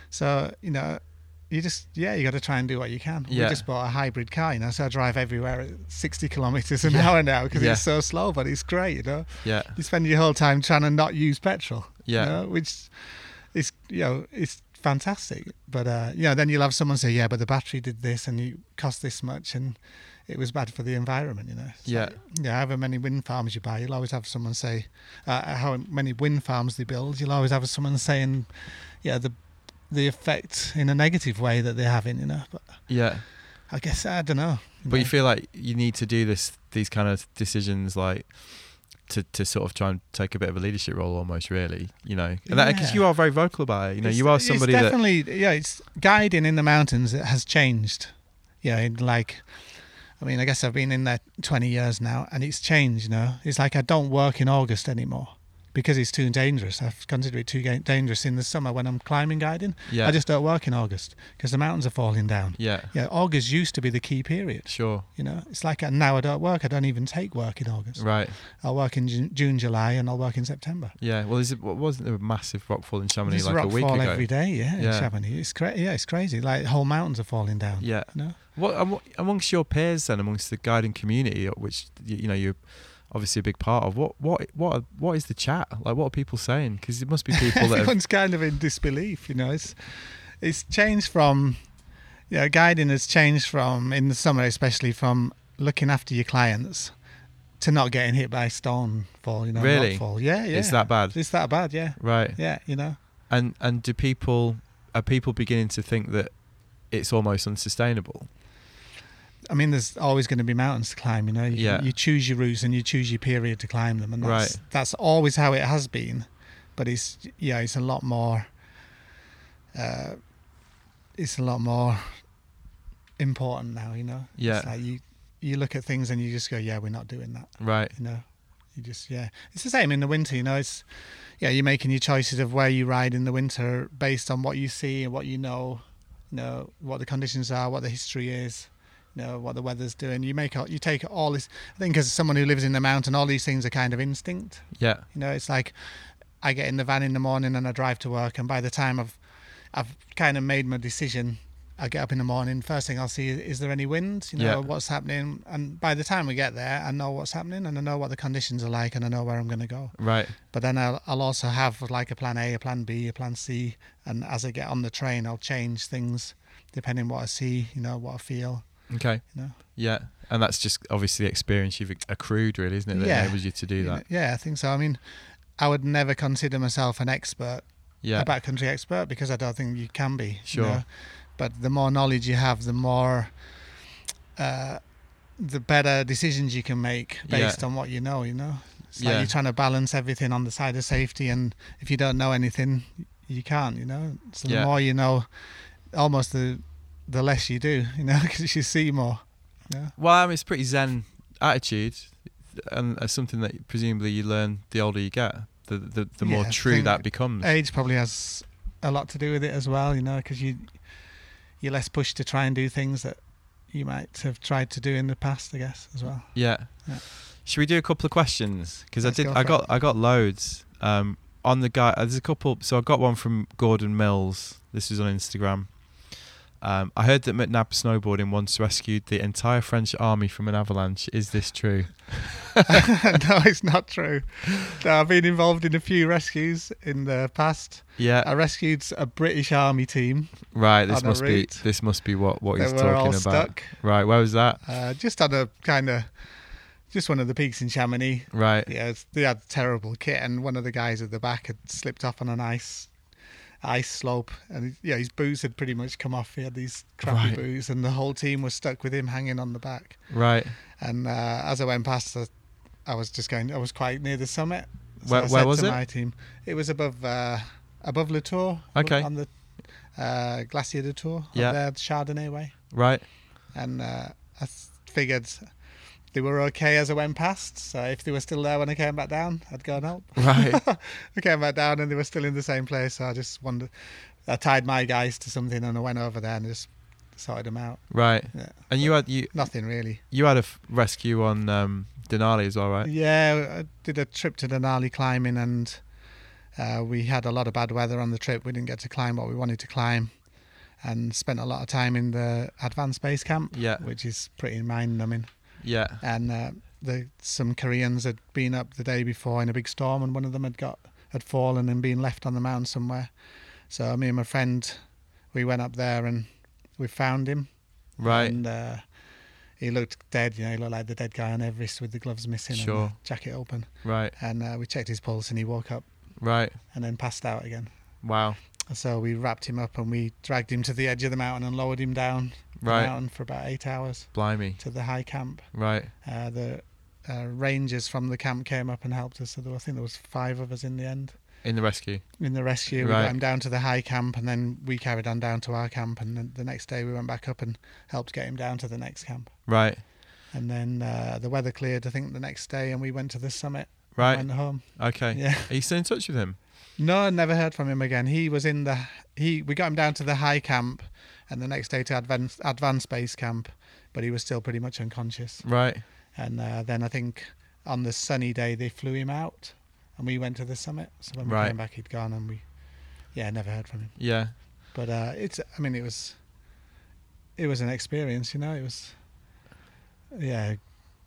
So you know, you just yeah, you got to try and do what you can.
Yeah.
We just bought a hybrid car, you know, so I drive everywhere at 60 kilometers an hour now because
Yeah.
it's so slow, but it's great, you know.
yeah,
You spend your whole time trying to not use petrol.
Yeah.
You know, which is you know, it's fantastic. But uh, you know, then you'll have someone say, Yeah, but the battery did this and you cost this much and it was bad for the environment, you know. It's
Yeah.
like, yeah, however many wind farms you buy, you'll always have someone say uh, how many wind farms they build, you'll always have someone saying, Yeah, the the effect in a negative way that they're having, you know. But
yeah.
I guess I don't know.
But you feel like you need to do this these kind of decisions like. To, to sort of try and take a bit of a leadership role almost really you know and that because
Yeah.
you are very vocal about it you know
It's-
you are somebody
it's
that
definitely yeah it's guiding in the mountains that has changed yeah in like i mean i guess i've been in there 20 years now and it's changed you know it's like i don't work in august anymore because it's too dangerous i've considered it too ga- dangerous in the summer when i'm climbing guiding
yeah
i just don't work in august because the mountains are falling down
yeah
yeah august used to be the key period
sure
you know it's like uh, now i don't work i don't even take work in august
right
i'll work in Ju- june july and i'll work in september
Yeah, well, is it, wa- wasn't there a massive rockfall in Chamonix
There's
like a
rock
week
fall
ago?
every day, yeah,
Yeah.
in Chamonix. It's cra- yeah, it's crazy. Like whole mountains are falling down.
Yeah.
You know?
What am- amongst your peers then, amongst the guiding community, uh, which y- you know you're obviously a big part of? What what what what is the chat like? What are people saying? Because it must be people that have,
Everyone's kind of in disbelief, you know. It's it's changed from you know, guiding has changed from in the summer especially from looking after your clients to not getting hit by stone fall, you know,
Really?
rockfall. Yeah, yeah.
it's that bad,
It's that bad, yeah.
right?
Yeah, you know.
And and do people are people beginning to think that it's almost unsustainable?
I mean, there's always going to be mountains to climb. You know, you,
Yeah.
you choose your routes and you choose your period to climb them, and that's
Right.
that's always how it has been. But it's yeah, it's a lot more. Uh, it's a lot more important now. You know,
Yeah.
It's like you you look at things and you just go, yeah, we're not doing that.
Right?
You know, you just yeah. It's the same in the winter. You know, it's yeah, you're making your choices of where you ride in the winter based on what you see and what you know, you know what the conditions are, what the history is, you know what the weather's doing. You make all, you take all this. I think as someone who lives in the mountain, all these things are kind of instinct.
Yeah,
You know, it's like I get in the van in the morning and I drive to work, and by the time I've I've kind of made my decision I get up in the morning. First thing I'll see is, is there any wind? You know
Yeah.
what's happening. And by the time we get there, I know what's happening, and I know what the conditions are like, and I know where I'm going to go.
Right.
But then I'll, I'll also have like a plan A, a plan B, a plan C, and as I get on the train, I'll change things depending what I see. You know what I feel.
Okay.
You know.
Yeah. And that's just obviously the experience you've accrued, really, isn't it? That
Yeah.
enables you to do
You
that.
know, yeah, I think so. I mean, I would never consider myself an expert,
Yeah.
a backcountry expert, because I don't think you can be. you
Sure.
know. But the more knowledge you have, the more, uh, the better decisions you can make
Yeah.
based on what you know. You know, it's like
Yeah.
you're trying to balance everything on the side of safety, and if you don't know anything, you can't. You know, so the
Yeah.
more you know, almost the the less you do. You know, because you see more.
Well, I mean, it's a pretty zen attitude, and it's something that presumably you learn the older you get, the the, the more
Yeah, I
true
think-
that becomes.
age probably has a lot to do with it as well, you know, because you you're less pushed to try and do things that you might have tried to do in the past, I guess, as well.
yeah.
Yeah.
Should we do a couple of questions? Because I
Let's
did.
go
I
for
got. I got loads. Um, on the guy, uh, there's a couple. So I got one from Gordon Mills. This was on Instagram. Um, I heard that McNab snowboarding once rescued the entire French army from an avalanche. Is this true?
no, it's not true. No, I've been involved in a few rescues in the past.
Yeah.
I rescued a British Army team.
Right. This
on a
must be.
route.
This must be what what
they
he's
were
talking
all
about.
stuck,
Right. Where was that?
uh, just on a kind of just one of the peaks in Chamonix.
Right.
Yeah, it's, they had terrible kit, and one of the guys at the back had slipped off on an ice ice slope, and yeah, his boots had pretty much come off. He had these crappy
Right.
boots, and the whole team was stuck with him hanging on the back.
Right.
And uh, as I went past, I, I was just going. I was quite near the summit.
Where-
I
where
said
was
to
it?
My team. It was above uh, above Le Tour.
Okay.
On the uh, Glacier de Tour.
Yeah.
Up there, Chardonnay way,
Right.
and uh, I s- figured. They were okay as I went past, so if they were still there when I came back down, I'd gone up.
Right.
I came back down and they were still in the same place. So I just wondered. I tied my guys to something and I went over there and just sorted them out.
Right.
Yeah.
And you had you
Nothing really.
you had a f- rescue on um, Denali as well, right?
Yeah, I did a trip to Denali climbing and uh, we had a lot of bad weather on the trip. We didn't get to climb what we wanted to climb and spent a lot of time in the advanced base camp,
Yeah.
which is pretty mind numbing.
Yeah.
and uh, the, some Koreans had been up the day before in a big storm, and one of them had got had fallen and been left on the mound somewhere. So me and my friend, we went up there and we found him.
Right.
And uh, he looked dead. You know, he looked like the dead guy on Everest with the gloves missing and
Sure.
the jacket open.
Right.
And uh, we checked his pulse, and he woke up
Right.
and then passed out again.
Wow.
So we wrapped him up and we dragged him to the edge of the mountain and lowered him down
Right.
the mountain for about eight hours
Blimey.
to the high camp
Right.
uh, the uh, rangers from the camp came up and helped us. So there, were- I think there was five of us in the end
In the rescue.
in the rescue. We
Right.
got him down to the high camp, and then we carried on down to our camp. And then the next day, we went back up and helped get him down to the next camp.
Right.
And then uh, the weather cleared, I think, the next day, and we went to the summit.
Right.
Went home.
Okay.
Yeah.
Are you still in touch with him?
No, I never heard from him again. He was in the he. We got him down to the high camp, and the next day to advanced advanced base camp, but he was still pretty much unconscious.
Right.
And uh, then I think on the sunny day they flew him out, and we went to the summit. So when we
Right.
came back, he'd gone, and we, yeah, never heard from him.
Yeah.
But uh, it's, I mean, it was, it was an experience, you know. It was, yeah,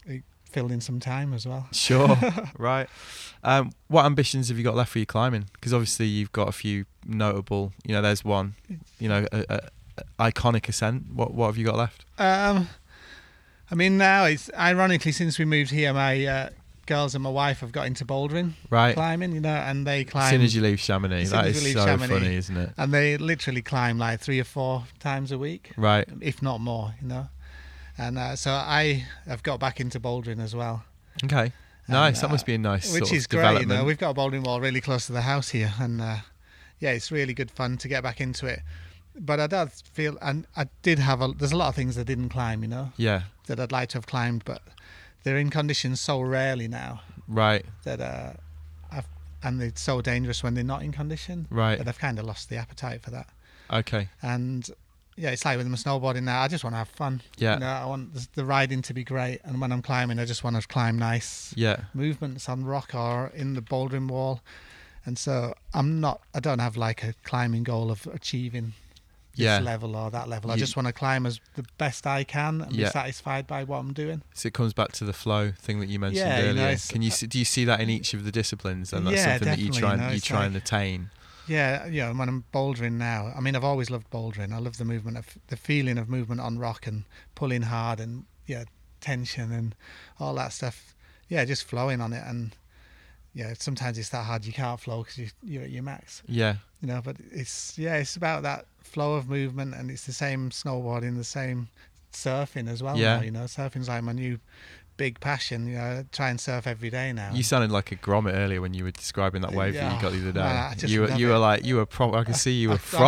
it filled in some time as well.
Sure. right. Um, what ambitions have you got left for your climbing? Because obviously you've got a few notable. You know, there's one. You know, a, a, a iconic ascent. What What have you got left?
Um, I mean, now it's ironically since we moved here, my uh, girls and my wife have got into bouldering
Right.
climbing, you know, and they
As
climb.
soon as you leave Chamonix,
As soon
that
as
is
we leave
so
Chamonix. Uh,
funny, isn't it?
and they literally climb like three or four times a week.
Right.
if not more, you know. And uh, so I have got back into bouldering as well,
Okay.
And,
Nice. that
uh,
must be a nice sort
which
of
is great. You know,
development.
we've got a bouldering wall really close to the house here, and uh, yeah, it's really good fun to get back into it. But I don't feel, and I did have a. There's a lot of things I didn't climb, you know,
Yeah.
that I'd like to have climbed, but they're in conditions so rarely now
Right.
that uh, I've, and they're so dangerous when they're not in condition
Right.
that I've kind of lost the appetite for that.
Okay.
and yeah, it's like with my snowboarding now. I just want to have fun.
Yeah.
You know, I want the- the riding to be great, and when I'm climbing, I just want to climb nice
Yeah.
movements on rock or in the bouldering wall. And so I'm not. I don't have like a climbing goal of achieving this
Yeah.
level or that level. I
You-
just want to climb as the best I can and
Yeah.
be satisfied by what I'm doing.
So it comes back to the flow thing that you mentioned
Yeah, you know,
earlier.
it's-
Can you see, do you see that in each of the disciplines? And that's
Yeah,
something that you
definitely,
try
you
and
know,
you
it's
try
like-
and attain.
Yeah, you know, and when I'm bouldering now, I mean, I've always loved bouldering. I love the movement of the feeling of movement on rock and pulling hard and yeah, tension and all that stuff. Yeah, just flowing on it and yeah, sometimes it's that hard you can't flow because you, you're at your max,
Yeah,
you know. But it's yeah, it's about that flow of movement and it's the same snowboarding, the same surfing as well.
Yeah.
now, you know, surfing's like my new big passion. You know, I try and surf every day now.
you sounded like a grommet earlier when you were describing that wave that you
Yeah,
got the other day.
man, I just
you were,
love
you
it.
were like you were pro- I could see you were
Honestly,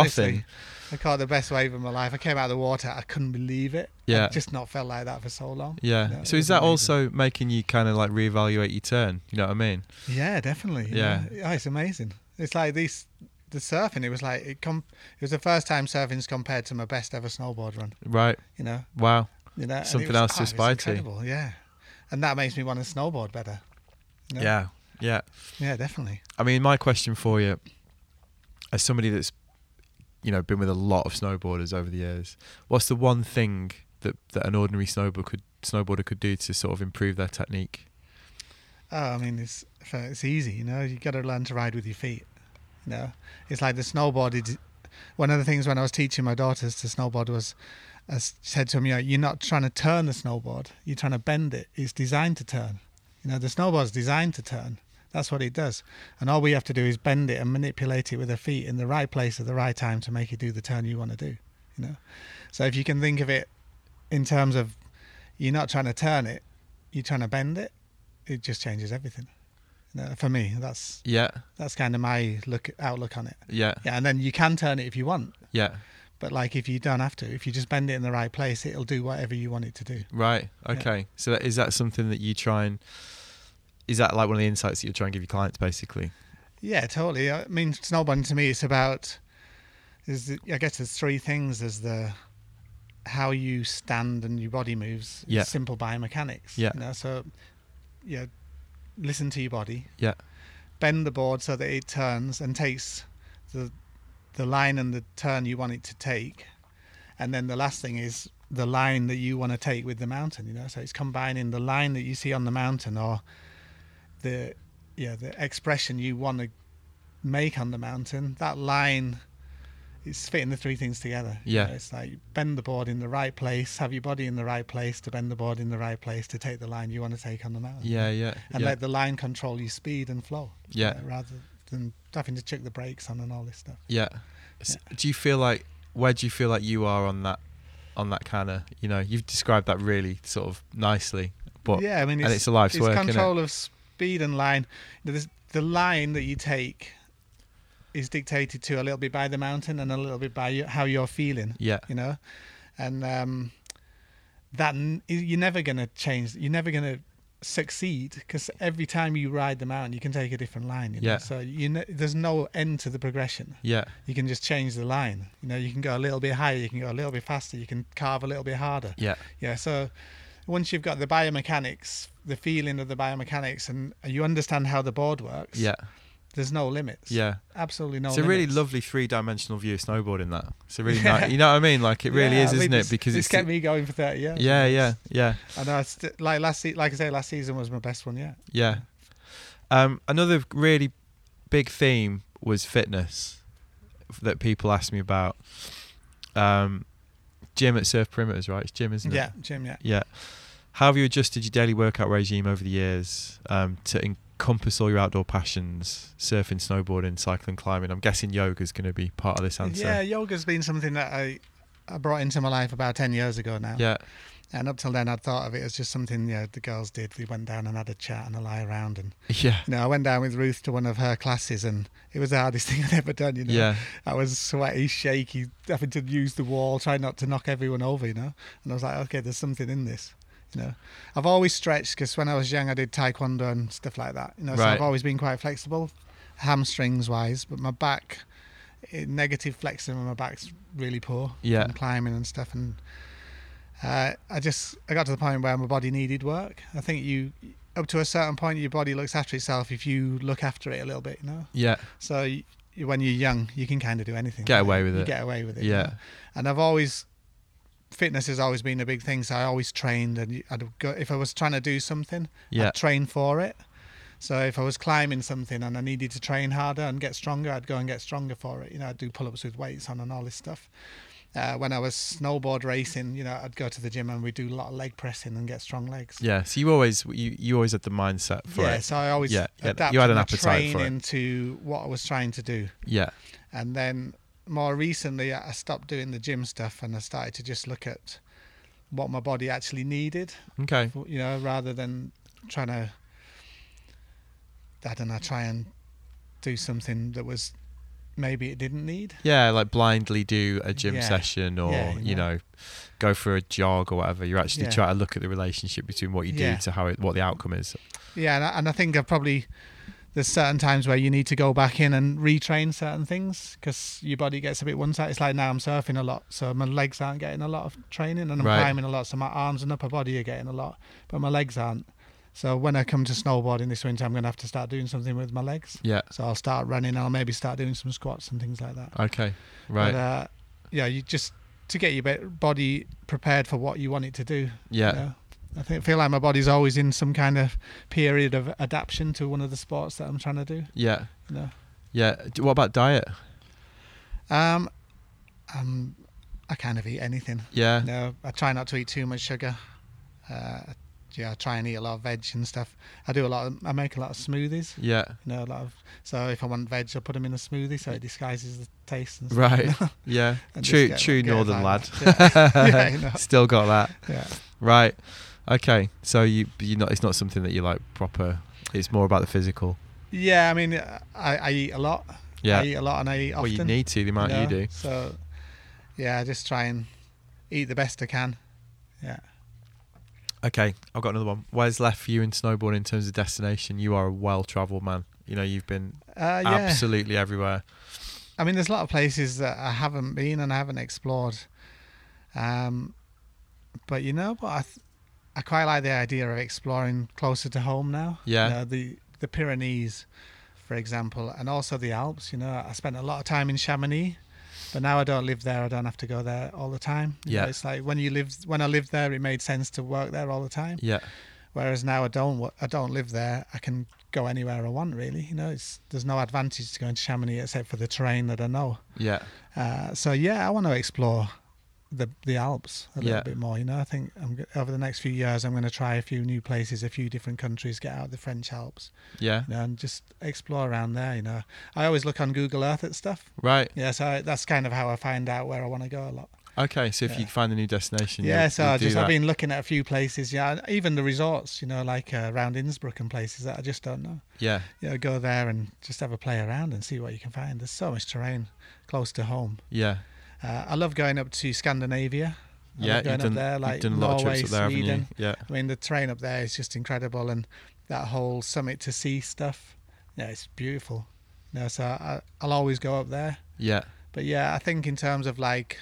frothing.
I caught the best wave of my life. I came out of the water. I couldn't believe it.
Yeah.
I've just not felt like that for so long.
Yeah.
No, it
so is
was
that
amazing.
also making you kind of like reevaluate your turn? You know what I mean?
Yeah, definitely. you
Yeah.
know. Oh, it's amazing. It's like these the surfing. It was like it com- It was the first time surfing's compared to my best ever snowboard run.
Right.
You know,
Wow.
you know, and it
Something
was-
else to
oh, it was
aspire to.
Incredible. Yeah, and that makes me want to snowboard better. you know?
Yeah. Yeah.
Yeah, definitely.
I mean, my question for you, as somebody that's, you know, been with a lot of snowboarders over the years, what's the one thing that, that an ordinary snowboarder could snowboarder could do to sort of improve their technique?
Oh, I mean, it's it's easy, you know. You got to learn to ride with your feet. You know, it's like the snowboard. Is, one of the things when I was teaching my daughters to snowboard was, I s- said to them, you know, you're not trying to turn the snowboard. You're trying to bend it. It's designed to turn. You know, the snowboard's designed to turn. That's what it does. And all we have to do is bend it and manipulate it with our feet in the right place at the right time to make it do the turn you want to do. You know, so if you can think of it in terms of you're not trying to turn it, you're trying to bend it it just changes everything. You know, for me, that's
Yeah.
that's kind of my look outlook on it.
Yeah.
Yeah, and then you can turn it if you want,
Yeah.
but like if you don't have to, if you just bend it in the right place, it'll do whatever you want it to do.
Right.
Yeah.
Okay. So that, is that something that you try and is that like one of the insights that you try and give your clients basically?
Yeah, totally. I mean, snowboarding to me, it's about. Is the, I guess there's three things: there's the how you stand and your body moves.
Yeah.
Simple biomechanics.
Yeah.
You know, so yeah, listen to your body.
Yeah.
Bend the board so that it turns and takes the the line and the turn you want it to take, and then the last thing is the line that you want to take with the mountain. You know, so it's combining the line that you see on the mountain or the yeah the expression you want to make on the mountain that line it's fitting the three things together you
Yeah.
know, it's like bend the board in the right place have your body in the right place to bend the board in the right place to take the line you want to take on the mountain
Yeah. Yeah.
and
yeah.
let the line control your speed and flow
Yeah.
uh, rather than having to check the brakes on and all this stuff
Yeah. S Do you feel like where do you feel like you are on that on that kind of you know you've described that really sort of nicely, but
yeah i mean
and it's a life's
it's
work, innit?
control of speed and line the, the line that you take is dictated to a little bit by the mountain and a little bit by you, how you're feeling
yeah,
you know and um that n- you're never going to change you're never going to succeed because every time you ride them out you can take a different line you know?
Yeah.
so you know there's no end to the progression
yeah,
you can just change the line you know you can go a little bit higher you can go a little bit faster you can carve a little bit harder
yeah,
yeah so once you've got the biomechanics the feeling of the biomechanics and you understand how the board works
yeah,
there's no limits
yeah.
absolutely no
it's a really
limits.
lovely three-dimensional view of snowboarding. That it's a really
Yeah.
nice, you know what I mean? Like it really
Yeah,
is,
I mean,
isn't
this-
it? Because
this
it's
kept me going for 30 years
yeah, yeah, yeah,
And I st- like last se- like I say, last season was my best one yet.
yeah. Um, another really big theme was fitness that people asked me about. Um, gym at Surf Perimeters, right? It's gym, isn't it?
Yeah, Jim. Yeah.
Yeah. How have you adjusted your daily workout regime over the years um, to encompass all your outdoor passions, surfing, snowboarding, cycling, climbing? I'm guessing yoga's going to be part of this answer.
Yeah, yoga's been something that I I brought into my life about ten years ago now.
Yeah.
And up till then, I'd thought of it as just something yeah the girls did. They went down and had a chat and a lie around. And
Yeah.
you know, I went down with Ruth to one of her classes, and it was the hardest thing I'd ever done. You know,
Yeah.
I was sweaty, shaky, having to use the wall, trying not to knock everyone over, you know. And I was like, okay, there's something in this, you know. I've always stretched because when I was young, I did taekwondo and stuff like that, you know. So
Right.
I've always been quite flexible, hamstrings wise, but my back, eh, negative flexing, and my back's really poor.
Yeah.
From climbing and stuff, and uh, I just I got to the point where my body needed work. I think you. Up to a certain point, your body looks after itself if you look after it a little bit, you know.
Yeah.
So when you're young, you can kind of do anything.
Get away with
You
it.
get away with it.
Yeah.
And I've always fitness has always been a big thing, so I always trained, and you- I'd go if I was trying to do something,
Yeah.
I'd train for it. So if I was climbing something and I needed to train harder and get stronger, I'd go and get stronger for it. You know, I'd do pull-ups with weights on and all this stuff. Uh, when I was snowboard racing, you know, I'd go to the gym and we'd do a lot of leg pressing and get strong legs.
Yeah. So you always you, you always had the mindset for
yeah,
it.
so I always
Yeah, yeah, you
adapted
had an
my
appetite for it.
training to what I was trying to do.
Yeah.
And then more recently, I I stopped doing the gym stuff and I started to just look at what my body actually needed,
Okay.
you know, rather than trying to, I don't know, try and do something that was maybe it didn't need.
Yeah, like blindly do a gym
Yeah.
session or
Yeah,
you
you know.
know go for a jog or whatever. You're actually
Yeah.
trying to look at the relationship between what you
Yeah.
do to how it, what the outcome is.
Yeah, and I, and I think I probably there's certain times where you need to go back in and retrain certain things because your body gets a bit one sided. It's like now I'm surfing a lot, so my legs aren't getting a lot of training, and I'm
Right.
climbing a lot, so my arms and upper body are getting a lot, but my legs aren't. So when I come to snowboarding this winter, I'm going to have to start doing something with my legs.
Yeah.
So I'll start running. I'll maybe start doing some squats and things like that.
Okay.
But,
Right.
uh, yeah, you just to get your be- body prepared for what you want it to do.
yeah.
Yeah. I think feel like my body's always in some kind of period of adaptation to one of the sports that I'm trying to do.
Yeah.
You know?
Yeah. D- What about diet?
Um, um, I kind of eat anything.
Yeah.
No, I try not to eat too much sugar. Uh, yeah, I try and eat a lot of veg and stuff. I do a lot. Of, I make a lot of smoothies.
Yeah.
You know, a lot of. So if I want veg, I put them in a smoothie so it disguises the taste. And stuff.
Right. Yeah.
And just
true
get-
true
get a
northern lad.
vibe. Yeah. Yeah, you know.
Still got that.
Yeah.
Right. Okay. So you you not it's not something that you like proper. It's more about the physical.
Yeah. I mean, I, I eat a lot.
Yeah.
I eat a lot and I eat
well,
often.
you need to the amount you
know?
do.
So, yeah, I just try and eat the best I can. Yeah.
Okay, I've got another one. Where's left for you in snowboarding in terms of destination? You are a well-travelled man. You know, you've been
Uh, yeah.
absolutely everywhere.
I mean, there's a lot of places that I haven't been and I haven't explored. Um, but you know what? I, th- I quite like the idea of exploring closer to home now.
Yeah.
You know, the the Pyrenees, for example, and also the Alps. You know, I spent a lot of time in Chamonix, but now I don't live there. I don't have to go there all the time. You
Yeah.
know, it's like when you lived when I lived there, it made sense to work there all the time.
Yeah,
Whereas now I don't wo- I don't live there. I can go anywhere I want really. You know, it's there's no advantage to going to Chamonix except for the terrain that I know.
yeah,
Uh, so yeah, I want to explore the the Alps a
Yeah.
little bit more. You know, I think I'm, go- over the next few years I'm going to try a few new places, a few different countries, get out of the French Alps,
yeah.
you know, and just explore around there. You know, I always look on Google Earth at stuff.
Right.
Yeah, so I, that's kind of how I find out where I want to go a lot.
Okay. So if you
Yeah.
find a new destination,
Yeah,
you'll-
so
you'll
I
do
just
that.
I've been looking at a few places. Yeah, and even the resorts. You know, like uh, around Innsbruck and places that I just don't know.
yeah,
You know, go there and just have a play around and see what you can find. There's so much terrain close to home.
yeah,
Uh, I love going up to Scandinavia. I love
yeah.
going
You've done,
up there,
you've
like
done a lot
Norway,
of trips up there,
Sweden.
haven't you? Yeah,
I mean, the terrain up there is just incredible, and that whole summit to sea stuff. Yeah, it's beautiful. No, so I, I'll always go up there.
yeah,
But yeah, I think in terms of like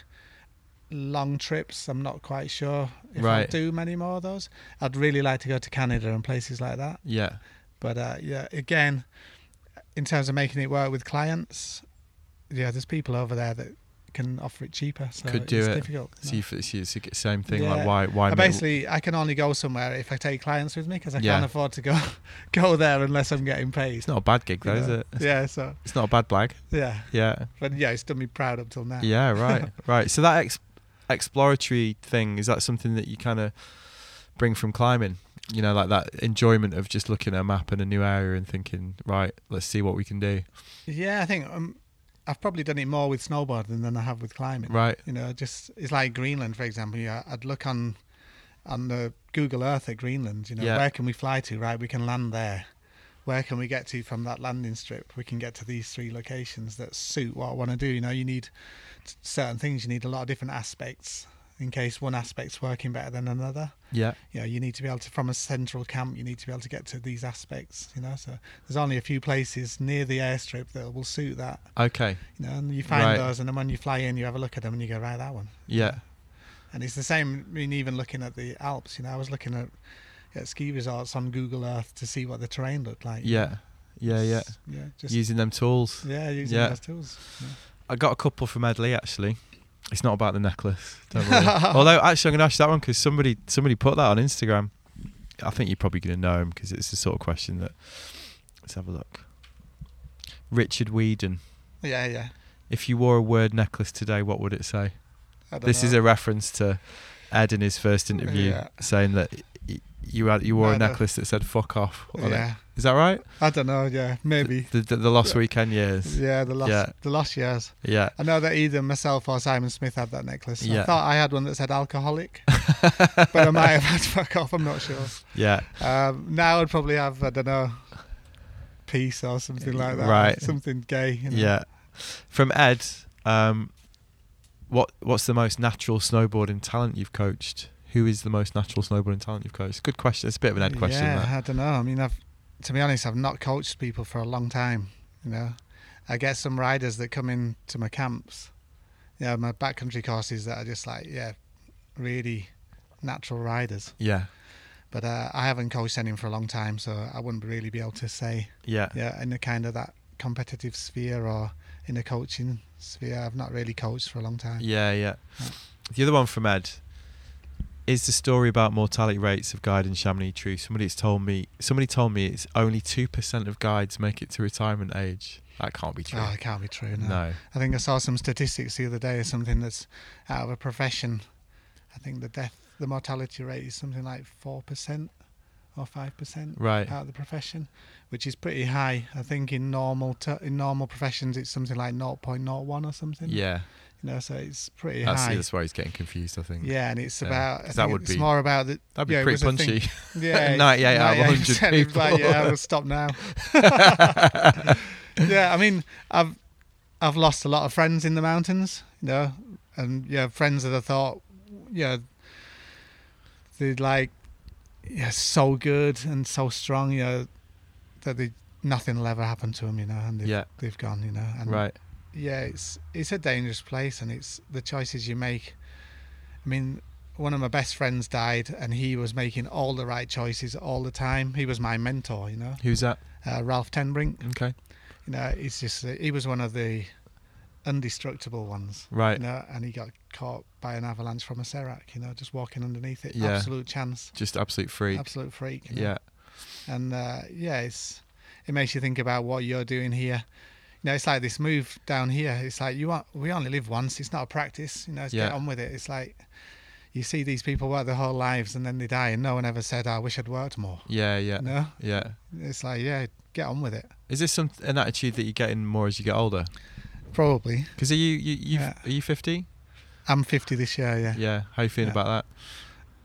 long trips, I'm not quite sure if
Right.
I'll do many more of those. I'd really like to go to Canada and places like that.
yeah,
But uh, yeah, again, in terms of making it work with clients, yeah, there's people over there that can offer it cheaper. So
Could do
it's
it.
difficult.
So you, it's, it's the same thing. Like
Yeah.
why? Why?
I
make-
basically I can only go somewhere if I take clients with me because I
Yeah.
can't afford to go go there unless I'm getting paid.
It's not a bad gig though,
you
is
know?
it?
Yeah, so
It's not a bad blag.
yeah,
Yeah.
but yeah, it's done me proud up till now.
Yeah, right, right. So that ex- exploratory thing is that something that you kind of bring from climbing, you know, like that enjoyment of just looking at a map in a new area and thinking, right, let's see what we can do.
Yeah, I think um, I've probably done it more with snowboarding than I have with climbing.
Right,
You know, just it's like Greenland, for example. Yeah, I'd look on on the Google Earth at Greenland. You know,
Yeah.
where can we fly to? Right, we can land there. Where can we get to from that landing strip? We can get to these three locations that suit what I want to do. You know, you need t- certain things. You need a lot of different aspects in case one aspect's working better than another.
yeah,
You know, you need to be able to from a central camp. You need to be able to get to these aspects. You know, so there's only a few places near the airstrip that will suit that
okay,
you know, and you find
Right.
those, and then when you fly in, you have a look at them, and you go, right, that one.
yeah,
And it's the same. I mean, even looking at the Alps, you know, I was looking at, at ski resorts on Google Earth to see what the terrain looked like.
yeah, Yeah, yeah.
yeah, just
Using them tools.
yeah, using
yeah.
those tools.
I got a couple from Ed Lee actually. It's not about the necklace. Don't worry. Although actually, I'm going to ask you that one because somebody somebody put that on Instagram. I think you're probably going to know him because it's the sort of question that. Let's have a look. Richard Whedon.
Yeah, yeah.
If you wore a word necklace today, what would it say?
I don't
This is
know.
a reference to Ed in his first interview
Yeah.
saying that y- you had you wore
No,
a
no.
necklace that said "fuck off." on it.
yeah.
Is that right?
I don't know. Yeah, maybe.
The, the, the lost
Yeah.
weekend years. Yeah.
Yeah, the last
Yeah.
the last years.
yeah.
I know that either myself or Simon Smith had that necklace.
Yeah.
I thought I had one that said alcoholic, but I might have had fuck off. I'm not sure. Um, now I'd probably have I don't know, peace or something like that.
Right.
Something gay. you know.
Yeah. From Ed, um, what what's the most natural snowboarding talent you've coached? Who is the most natural snowboarding talent you've coached? Good question. It's a bit of an Ed question.
Yeah,
that.
I don't know. I mean, I've to be honest, I've not coached people for a long time. You know, I get some riders that come in to my camps. Yeah, you know, my backcountry courses that are just like yeah, really natural riders.
Yeah.
But uh, I haven't coached anyone for a long time, so I wouldn't really be able to say
Yeah.
yeah in a kind of that competitive sphere or in a coaching sphere. I've not really coached for a long time.
Yeah. Yeah. The other one from Ed is the story about mortality rates of guide in Chamonix true. Somebody's told me somebody told me it's only two percent of guides make it to retirement age. That can't be true.
Oh, it can't be true. No.
no.
I think I saw some statistics the other day or something that's out of a profession. I think the death, the mortality rate is something like 4% or 5%
Right.
out of the profession, which is pretty high. I think in normal ter- in normal professions it's something like 0.01 or something.
Yeah.
You know, so it's pretty
That's,
high.
that's where he's getting confused, I think.
Yeah, and it's
Yeah,
about. I
'cause that
think
would
it's
be-
more about the.
That'd be
yeah, it
pretty
was a thing.
punchy.
Yeah,
98 out of 100
98%. It was like,
people.
yeah, we'll stop now. yeah, I mean, I've I've lost a lot of friends in the mountains, you know, and yeah, friends that I thought, yeah, they'd like, yeah, so good and so strong, you know, that they nothing will ever happen to them, you know, and they've,
Yeah.
they've gone, you know, and
Right.
yeah, it's it's a dangerous place, and it's the choices you make. I mean, one of my best friends died, and he was making all the right choices all the time. He was my mentor, you know,
Who's that?
uh, Ralph Tenbrink.
Okay.
You know, it's just that he was one of the indestructible ones.
Right.
You know, and he got caught by an avalanche from a serac. You know, just walking underneath it,
Yeah.
absolute chance,
Just absolute freak.
absolute freak. you know.
Yeah.
and uh, yeah, it's it makes you think about what you're doing here. You know, it's like this move down here. It's like you want we only live once. It's not a practice. You know, it's get
Yeah.
on with it. It's like you see these people work their whole lives and then they die, and no one ever said, "I wish I'd worked more."
Yeah. Yeah.
No,
Yeah.
it's like yeah, get on with it.
Is this some an attitude that you get in more as you get older?
Probably.
Because are you you you have
Yeah.
are you fifty?
I'm 50 this year. Yeah,
Yeah. How you feeling
Yeah.
about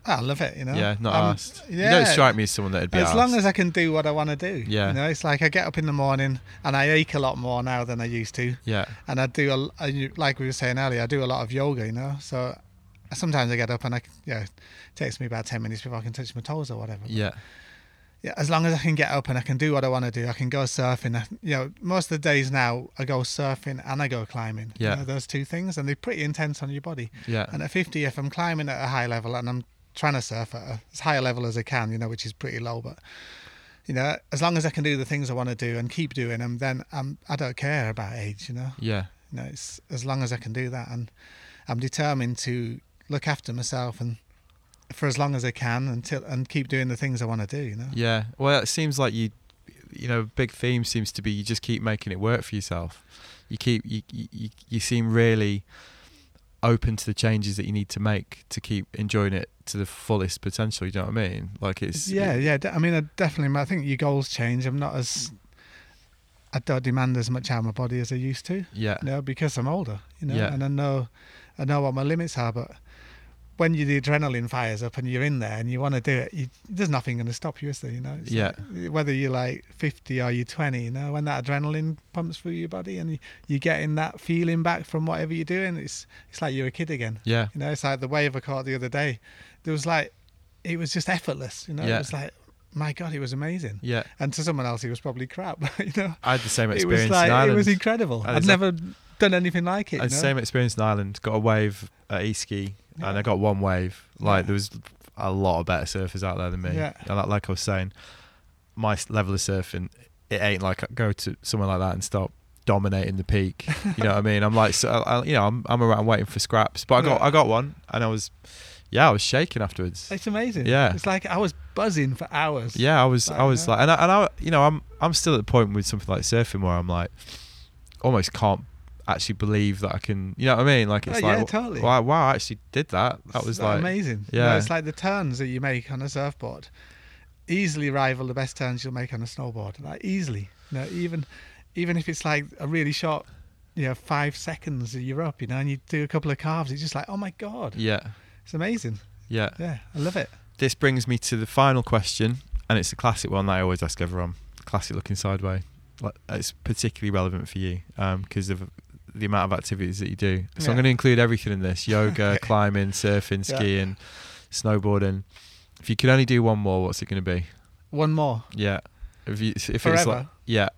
Ah, I love it. You know.
that? Yeah. Not
I'm-
asked.
Yeah.
You don't strike me as someone that'd be
as long
arsed.
as I can do what I want to do.
Yeah.
You know, it's like I get up in the morning and I ache a lot more now than I used to.
Yeah.
and I do a, I u- like we were saying earlier. I do a lot of yoga, you know. So sometimes I get up and I, c- you know, it takes me about ten minutes before I can touch my toes or whatever.
Yeah.
Yeah, as long as I can get up and I can do what I want to do, I can go surfing. I, you know, most of the days now I go surfing and I go climbing. you
Yeah.
know, those two things, and they're pretty intense on your body.
Yeah.
And at fifty, if I'm climbing at a high level and I'm trying to surf at a, as high a level as I can, you know, which is pretty low, but you know, as long as I can do the things I want to do and keep doing them, then I'm I don't care about age, you know.
Yeah.
You know, it's as long as I can do that, and I'm determined to look after myself and for as long as I can until and keep doing the things I want to do. You know.
Yeah. Well, it seems like you, you know, big theme seems to be you just keep making it work for yourself. You keep you you you- you seem really open to the changes that you need to make to keep enjoying it to the fullest potential. You know what I mean? Like it's
yeah, yeah. de- I mean, I definitely. I think your goals change. I'm not as I don't demand as much out of my body as I used to.
yeah
You know, because I'm older. You know,
Yeah.
and I know I know what my limits are, but. When you, the adrenaline fires up and you're in there and you want to do it, you, there's nothing going to stop you, is there? You know, It's
yeah
whether you're like 50 or you're 20 you know when that adrenaline pumps through your body and you- you're getting that feeling back from whatever you're doing it's it's like you're a kid again
yeah
you know it's like the wave i caught the other day there was like it was just effortless you know
Yeah.
it was like my god it was amazing
yeah.
and to someone else it was probably crap you know
I had the same
it
experience.
was like
in Ireland.
it was incredible
That
i've
is-
never done anything like
I
it you
had the
know?
same experience in Ireland. Got a wave at Eski, and
Yeah.
I got one wave. Like
Yeah.
there was a lot of better surfers out there than me.
Yeah.
And like, like I was saying, my s- level of surfing it ain't like I go to somewhere like that and start dominating the peak. You know what I mean? I'm like, so I, I- you know, I'm I'm around waiting for scraps, but I got
Yeah.
I got one, and I was, yeah, I was shaking afterwards.
It's amazing.
Yeah.
It's like I was buzzing for hours.
Yeah, I was
But,
I was
yeah.
like, and I, and I you know I'm I'm still at the point with something like surfing where I'm like, almost can't actually believe that I can. You know what I mean? Like it's
Oh,
like,
yeah,
wh-
totally.
Wow, wow, I actually did that. That was like,
amazing.
yeah.
it's like the turns that you make on a surfboard easily rival the best turns you'll make on a snowboard. Like easily. You know, even even if it's like a really short, you know, five seconds that you're up, you know, and you do a couple of carves, it's just like, oh my god,
yeah,
it's amazing.
yeah.
Yeah, I love it.
This brings me to the final question, and it's a classic one that I always ask everyone. Classic looking sideways. Like, it's particularly relevant for you because of the amount of activities that you do. So I'm
Yeah.
going to include everything in this: yoga,
Okay.
climbing, surfing,
Yeah.
skiing, snowboarding. If you could only do one more, what's it going to be?
One more.
Yeah. If you, if it's like
Forever.
yeah,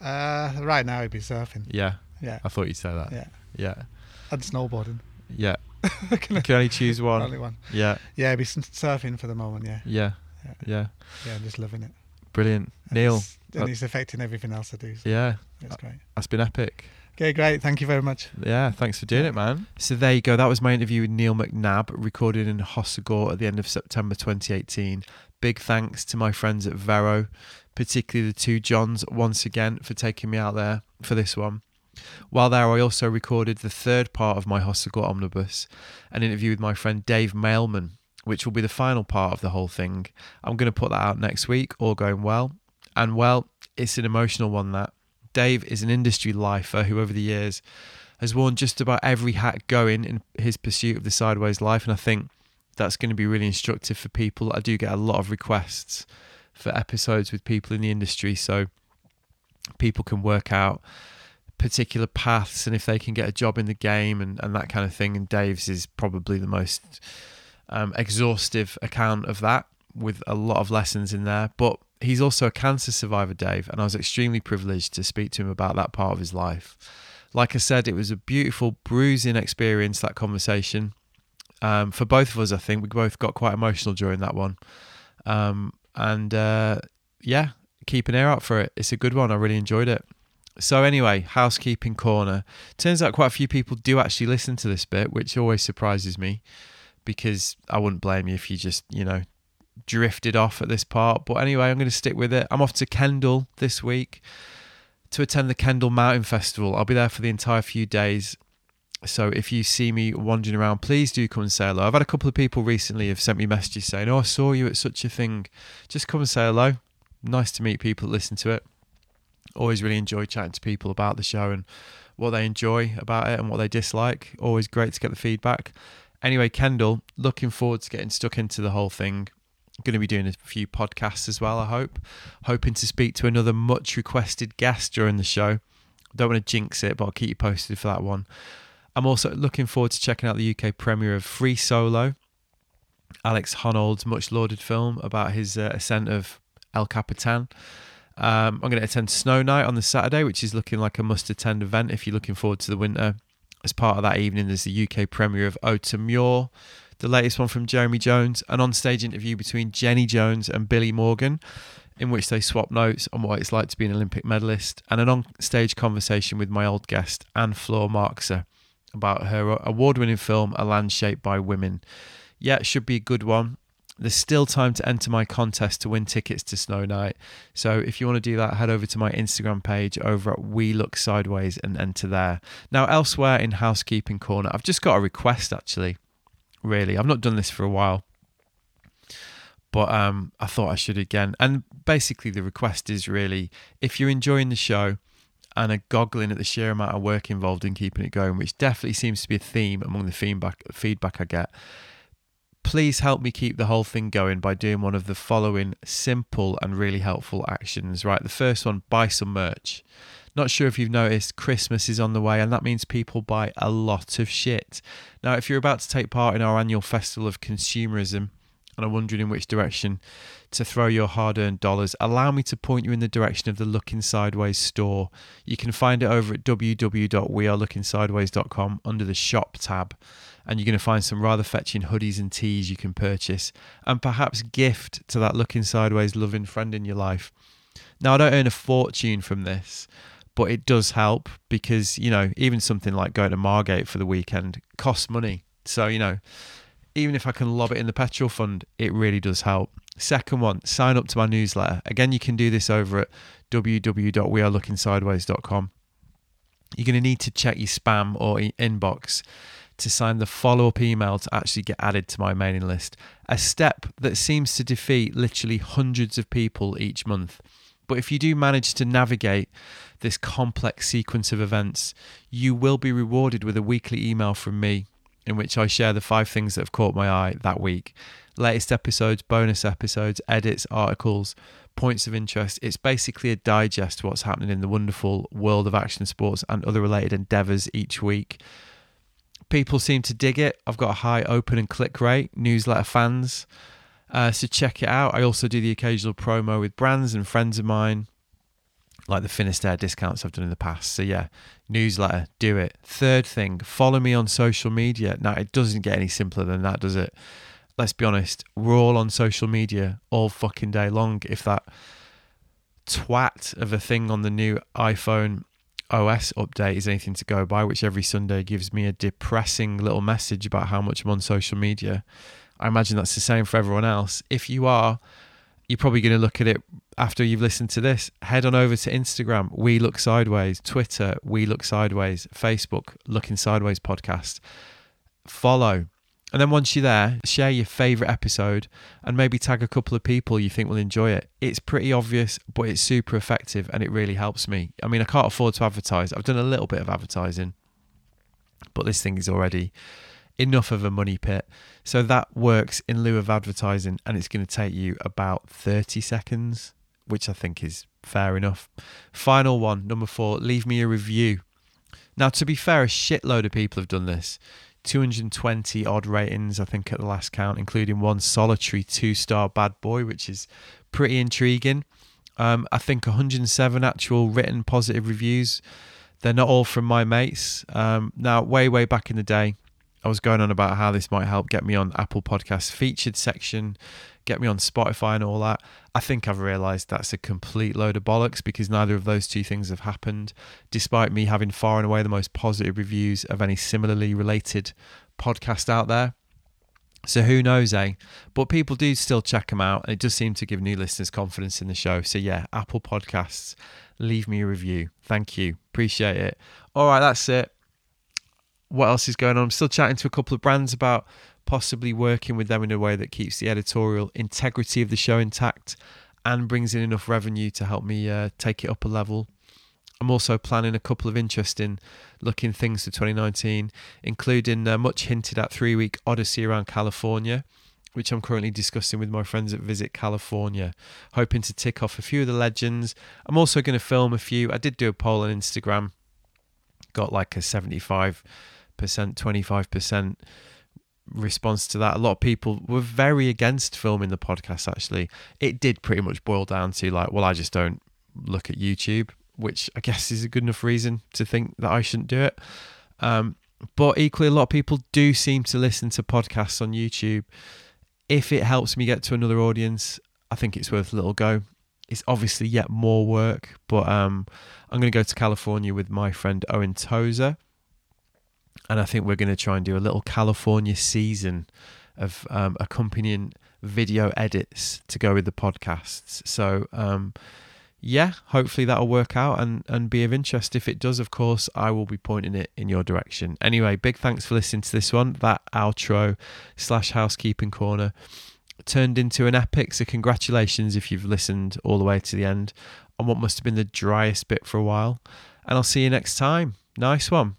Uh, right now it'd be surfing.
yeah,
Yeah.
I thought you'd say that.
Yeah.
Yeah.
And snowboarding.
Yeah.
Can
You
I-
can only choose one.
Only one.
Yeah.
Yeah, it'd be s- surfing for the moment, yeah.
Yeah.
Yeah.
Yeah.
Yeah, I'm just loving it.
Brilliant.
And
Neil. uh,
it's- And it's affecting everything else I do. So
Yeah.
That's great.
That's been epic.
Okay, great. Thank you very much.
Yeah, thanks for doing it, man. So there you go. That was my interview with Neil McNabb, recorded in Hossagor at the end of September 2018. Big thanks to my friends at Vero, particularly the two Johns, once again for taking me out there for this one. While there, I also recorded the third part of my Hossagor omnibus, an interview with my friend Dave Mailman, which will be the final part of the whole thing. I'm going to put that out next week, all going well. And well, it's an emotional one that. Dave is an industry lifer who, over the years, has worn just about every hat going in his pursuit of the sideways life. And I think that's going to be really instructive for people. I do get a lot of requests for episodes with people in the industry. So people can work out particular paths and if they can get a job in the game and, and that kind of thing. And Dave's is probably the most um, exhaustive account of that with a lot of lessons in there. But he's also a cancer survivor, Dave, and I was extremely privileged to speak to him about that part of his life. Like I said, it was a beautiful, bruising experience, that conversation. Um, for both of us, I think we both got quite emotional during that one. Um, and uh, yeah, keep an ear out for it. It's a good one. I really enjoyed it. So, anyway, housekeeping corner. Turns out quite a few people do actually listen to this bit, which always surprises me because I wouldn't blame you if you just, you know, drifted off at this part. But anyway, I'm going to stick with it. I'm off to Kendal this week to attend the Kendal Mountain Festival. I'll be there for the entire few days. So if you see me wandering around, please do come and say hello. I've had a couple of people recently have sent me messages saying, "Oh, I saw you at such a thing." Just come and say hello. Nice to meet people that listen to it. Always really enjoy chatting to people about the show and what they enjoy about it and what they dislike. Always great to get the feedback. Anyway, Kendall, looking forward to getting stuck into the whole thing. Going to be doing a few podcasts as well, I hope. Hoping to speak to another much requested guest during the show. Don't want to jinx it, but I'll keep you posted for that one. I'm also looking forward to checking out the UK premiere of Free Solo, Alex Honnold's much lauded film about his uh, ascent of El Capitan. Um, I'm going to attend Snow Night on the Saturday, which is looking like a must attend event if you're looking forward to the winter. As part of that evening, there's the UK premiere of Ode to Muir, the latest one from Jeremy Jones, an on stage interview between Jenny Jones and Billy Morgan, in which they swap notes on what it's like to be an Olympic medalist, and an on stage conversation with my old guest, Anne Floor Marxer, about her award winning film, A Land Shaped by Women. Yeah, it should be a good one. There's still time to enter my contest to win tickets to Snow Night. So if you want to do that, head over to my Instagram page over at We Look Sideways and enter there. Now, elsewhere in Housekeeping Corner, I've just got a request actually, really. I've not done this for a while, but um, I thought I should again. And basically, the request is really if you're enjoying the show and are goggling at the sheer amount of work involved in keeping it going, which definitely seems to be a theme among the feedback, feedback I get. Please help me keep the whole thing going by doing one of the following simple and really helpful actions. Right, the first one buy some merch. Not sure if you've noticed, Christmas is on the way, and that means people buy a lot of shit. Now, if you're about to take part in our annual festival of consumerism and are wondering in which direction to throw your hard earned dollars, allow me to point you in the direction of the Looking Sideways store. You can find it over at www.wearelookingsideways.com under the shop tab, and you're going to find some rather fetching hoodies and tees you can purchase and perhaps gift to that Looking Sideways loving friend in your life. Now, I don't earn a fortune from this, but it does help because, you know, even something like going to Margate for the weekend costs money. So, you know, even if I can lob it in the petrol fund, it really does help. Second one, sign up to my newsletter. Again, you can do this over at www.wearelookingsideways.com. You're going to need to check your spam or i- inbox to sign the follow up email to actually get added to my mailing list. A step that seems to defeat literally hundreds of people each month. But if you do manage to navigate this complex sequence of events, you will be rewarded with a weekly email from me in which I share the five things that have caught my eye that week latest episodes, bonus episodes, edits, articles, points of interest. It's basically a digest of what's happening in the wonderful world of action sports and other related endeavors each week. People seem to dig it. I've got a high open and click rate, newsletter fans. Uh, so check it out. I also do the occasional promo with brands and friends of mine, like the Finisterre discounts I've done in the past. So yeah, newsletter, do it. Third thing, follow me on social media. Now it doesn't get any simpler than that, does it? Let's be honest, we're all on social media all fucking day long. If that twat of a thing on the new iPhone OS update is anything to go by, which every Sunday gives me a depressing little message about how much I'm on social media. I imagine that's the same for everyone else. If you are, you're probably going to look at it after you've listened to this. Head on over to Instagram, We Look Sideways, Twitter, We Look Sideways, Facebook, Looking Sideways Podcast. Follow. And then once you're there, share your favorite episode and maybe tag a couple of people you think will enjoy it. It's pretty obvious, but it's super effective and it really helps me. I mean, I can't afford to advertise. I've done a little bit of advertising, but this thing is already enough of a money pit. So that works in lieu of advertising and it's going to take you about 30 seconds, which I think is fair enough. Final one, number four, leave me a review. Now, to be fair, a shitload of people have done this. 220 odd ratings, I think, at the last count, including one solitary two star bad boy, which is pretty intriguing. Um, I think 107 actual written positive reviews. They're not all from my mates. Um, now, way, way back in the day, I was going on about how this might help get me on Apple Podcasts featured section, get me on Spotify and all that. I think I've realised that's a complete load of bollocks because neither of those two things have happened, despite me having far and away the most positive reviews of any similarly related podcast out there. So who knows, eh? But people do still check them out, and it does seem to give new listeners confidence in the show. So yeah, Apple Podcasts, leave me a review. Thank you, appreciate it. All right, that's it what else is going on. I'm still chatting to a couple of brands about possibly working with them in a way that keeps the editorial integrity of the show intact and brings in enough revenue to help me uh, take it up a level. I'm also planning a couple of interesting looking things for 2019, including a much hinted at three week odyssey around California, which I'm currently discussing with my friends at Visit California, hoping to tick off a few of the legends. I'm also going to film a few. I did do a poll on Instagram, got like a 75 percent, twenty five percent response to that. A lot of people were very against filming the podcast. Actually, it did pretty much boil down to like, well, I just don't look at YouTube, which I guess is a good enough reason to think that I shouldn't do it. Um, but equally, a lot of people do seem to listen to podcasts on YouTube. If it helps me get to another audience, I think it's worth a little go. It's obviously yet more work, but um, I'm going to go to California with my friend Owen Tozer and I think we're going to try and do a little California season of um, accompanying video edits to go with the podcasts. So um, yeah, hopefully that'll work out and and be of interest. If it does, of course, I will be pointing it in your direction. Anyway, big thanks for listening to this one. That outro slash housekeeping corner turned into an epic. So congratulations if you've listened all the way to the end on what must have been the driest bit for a while. And I'll see you next time. Nice one.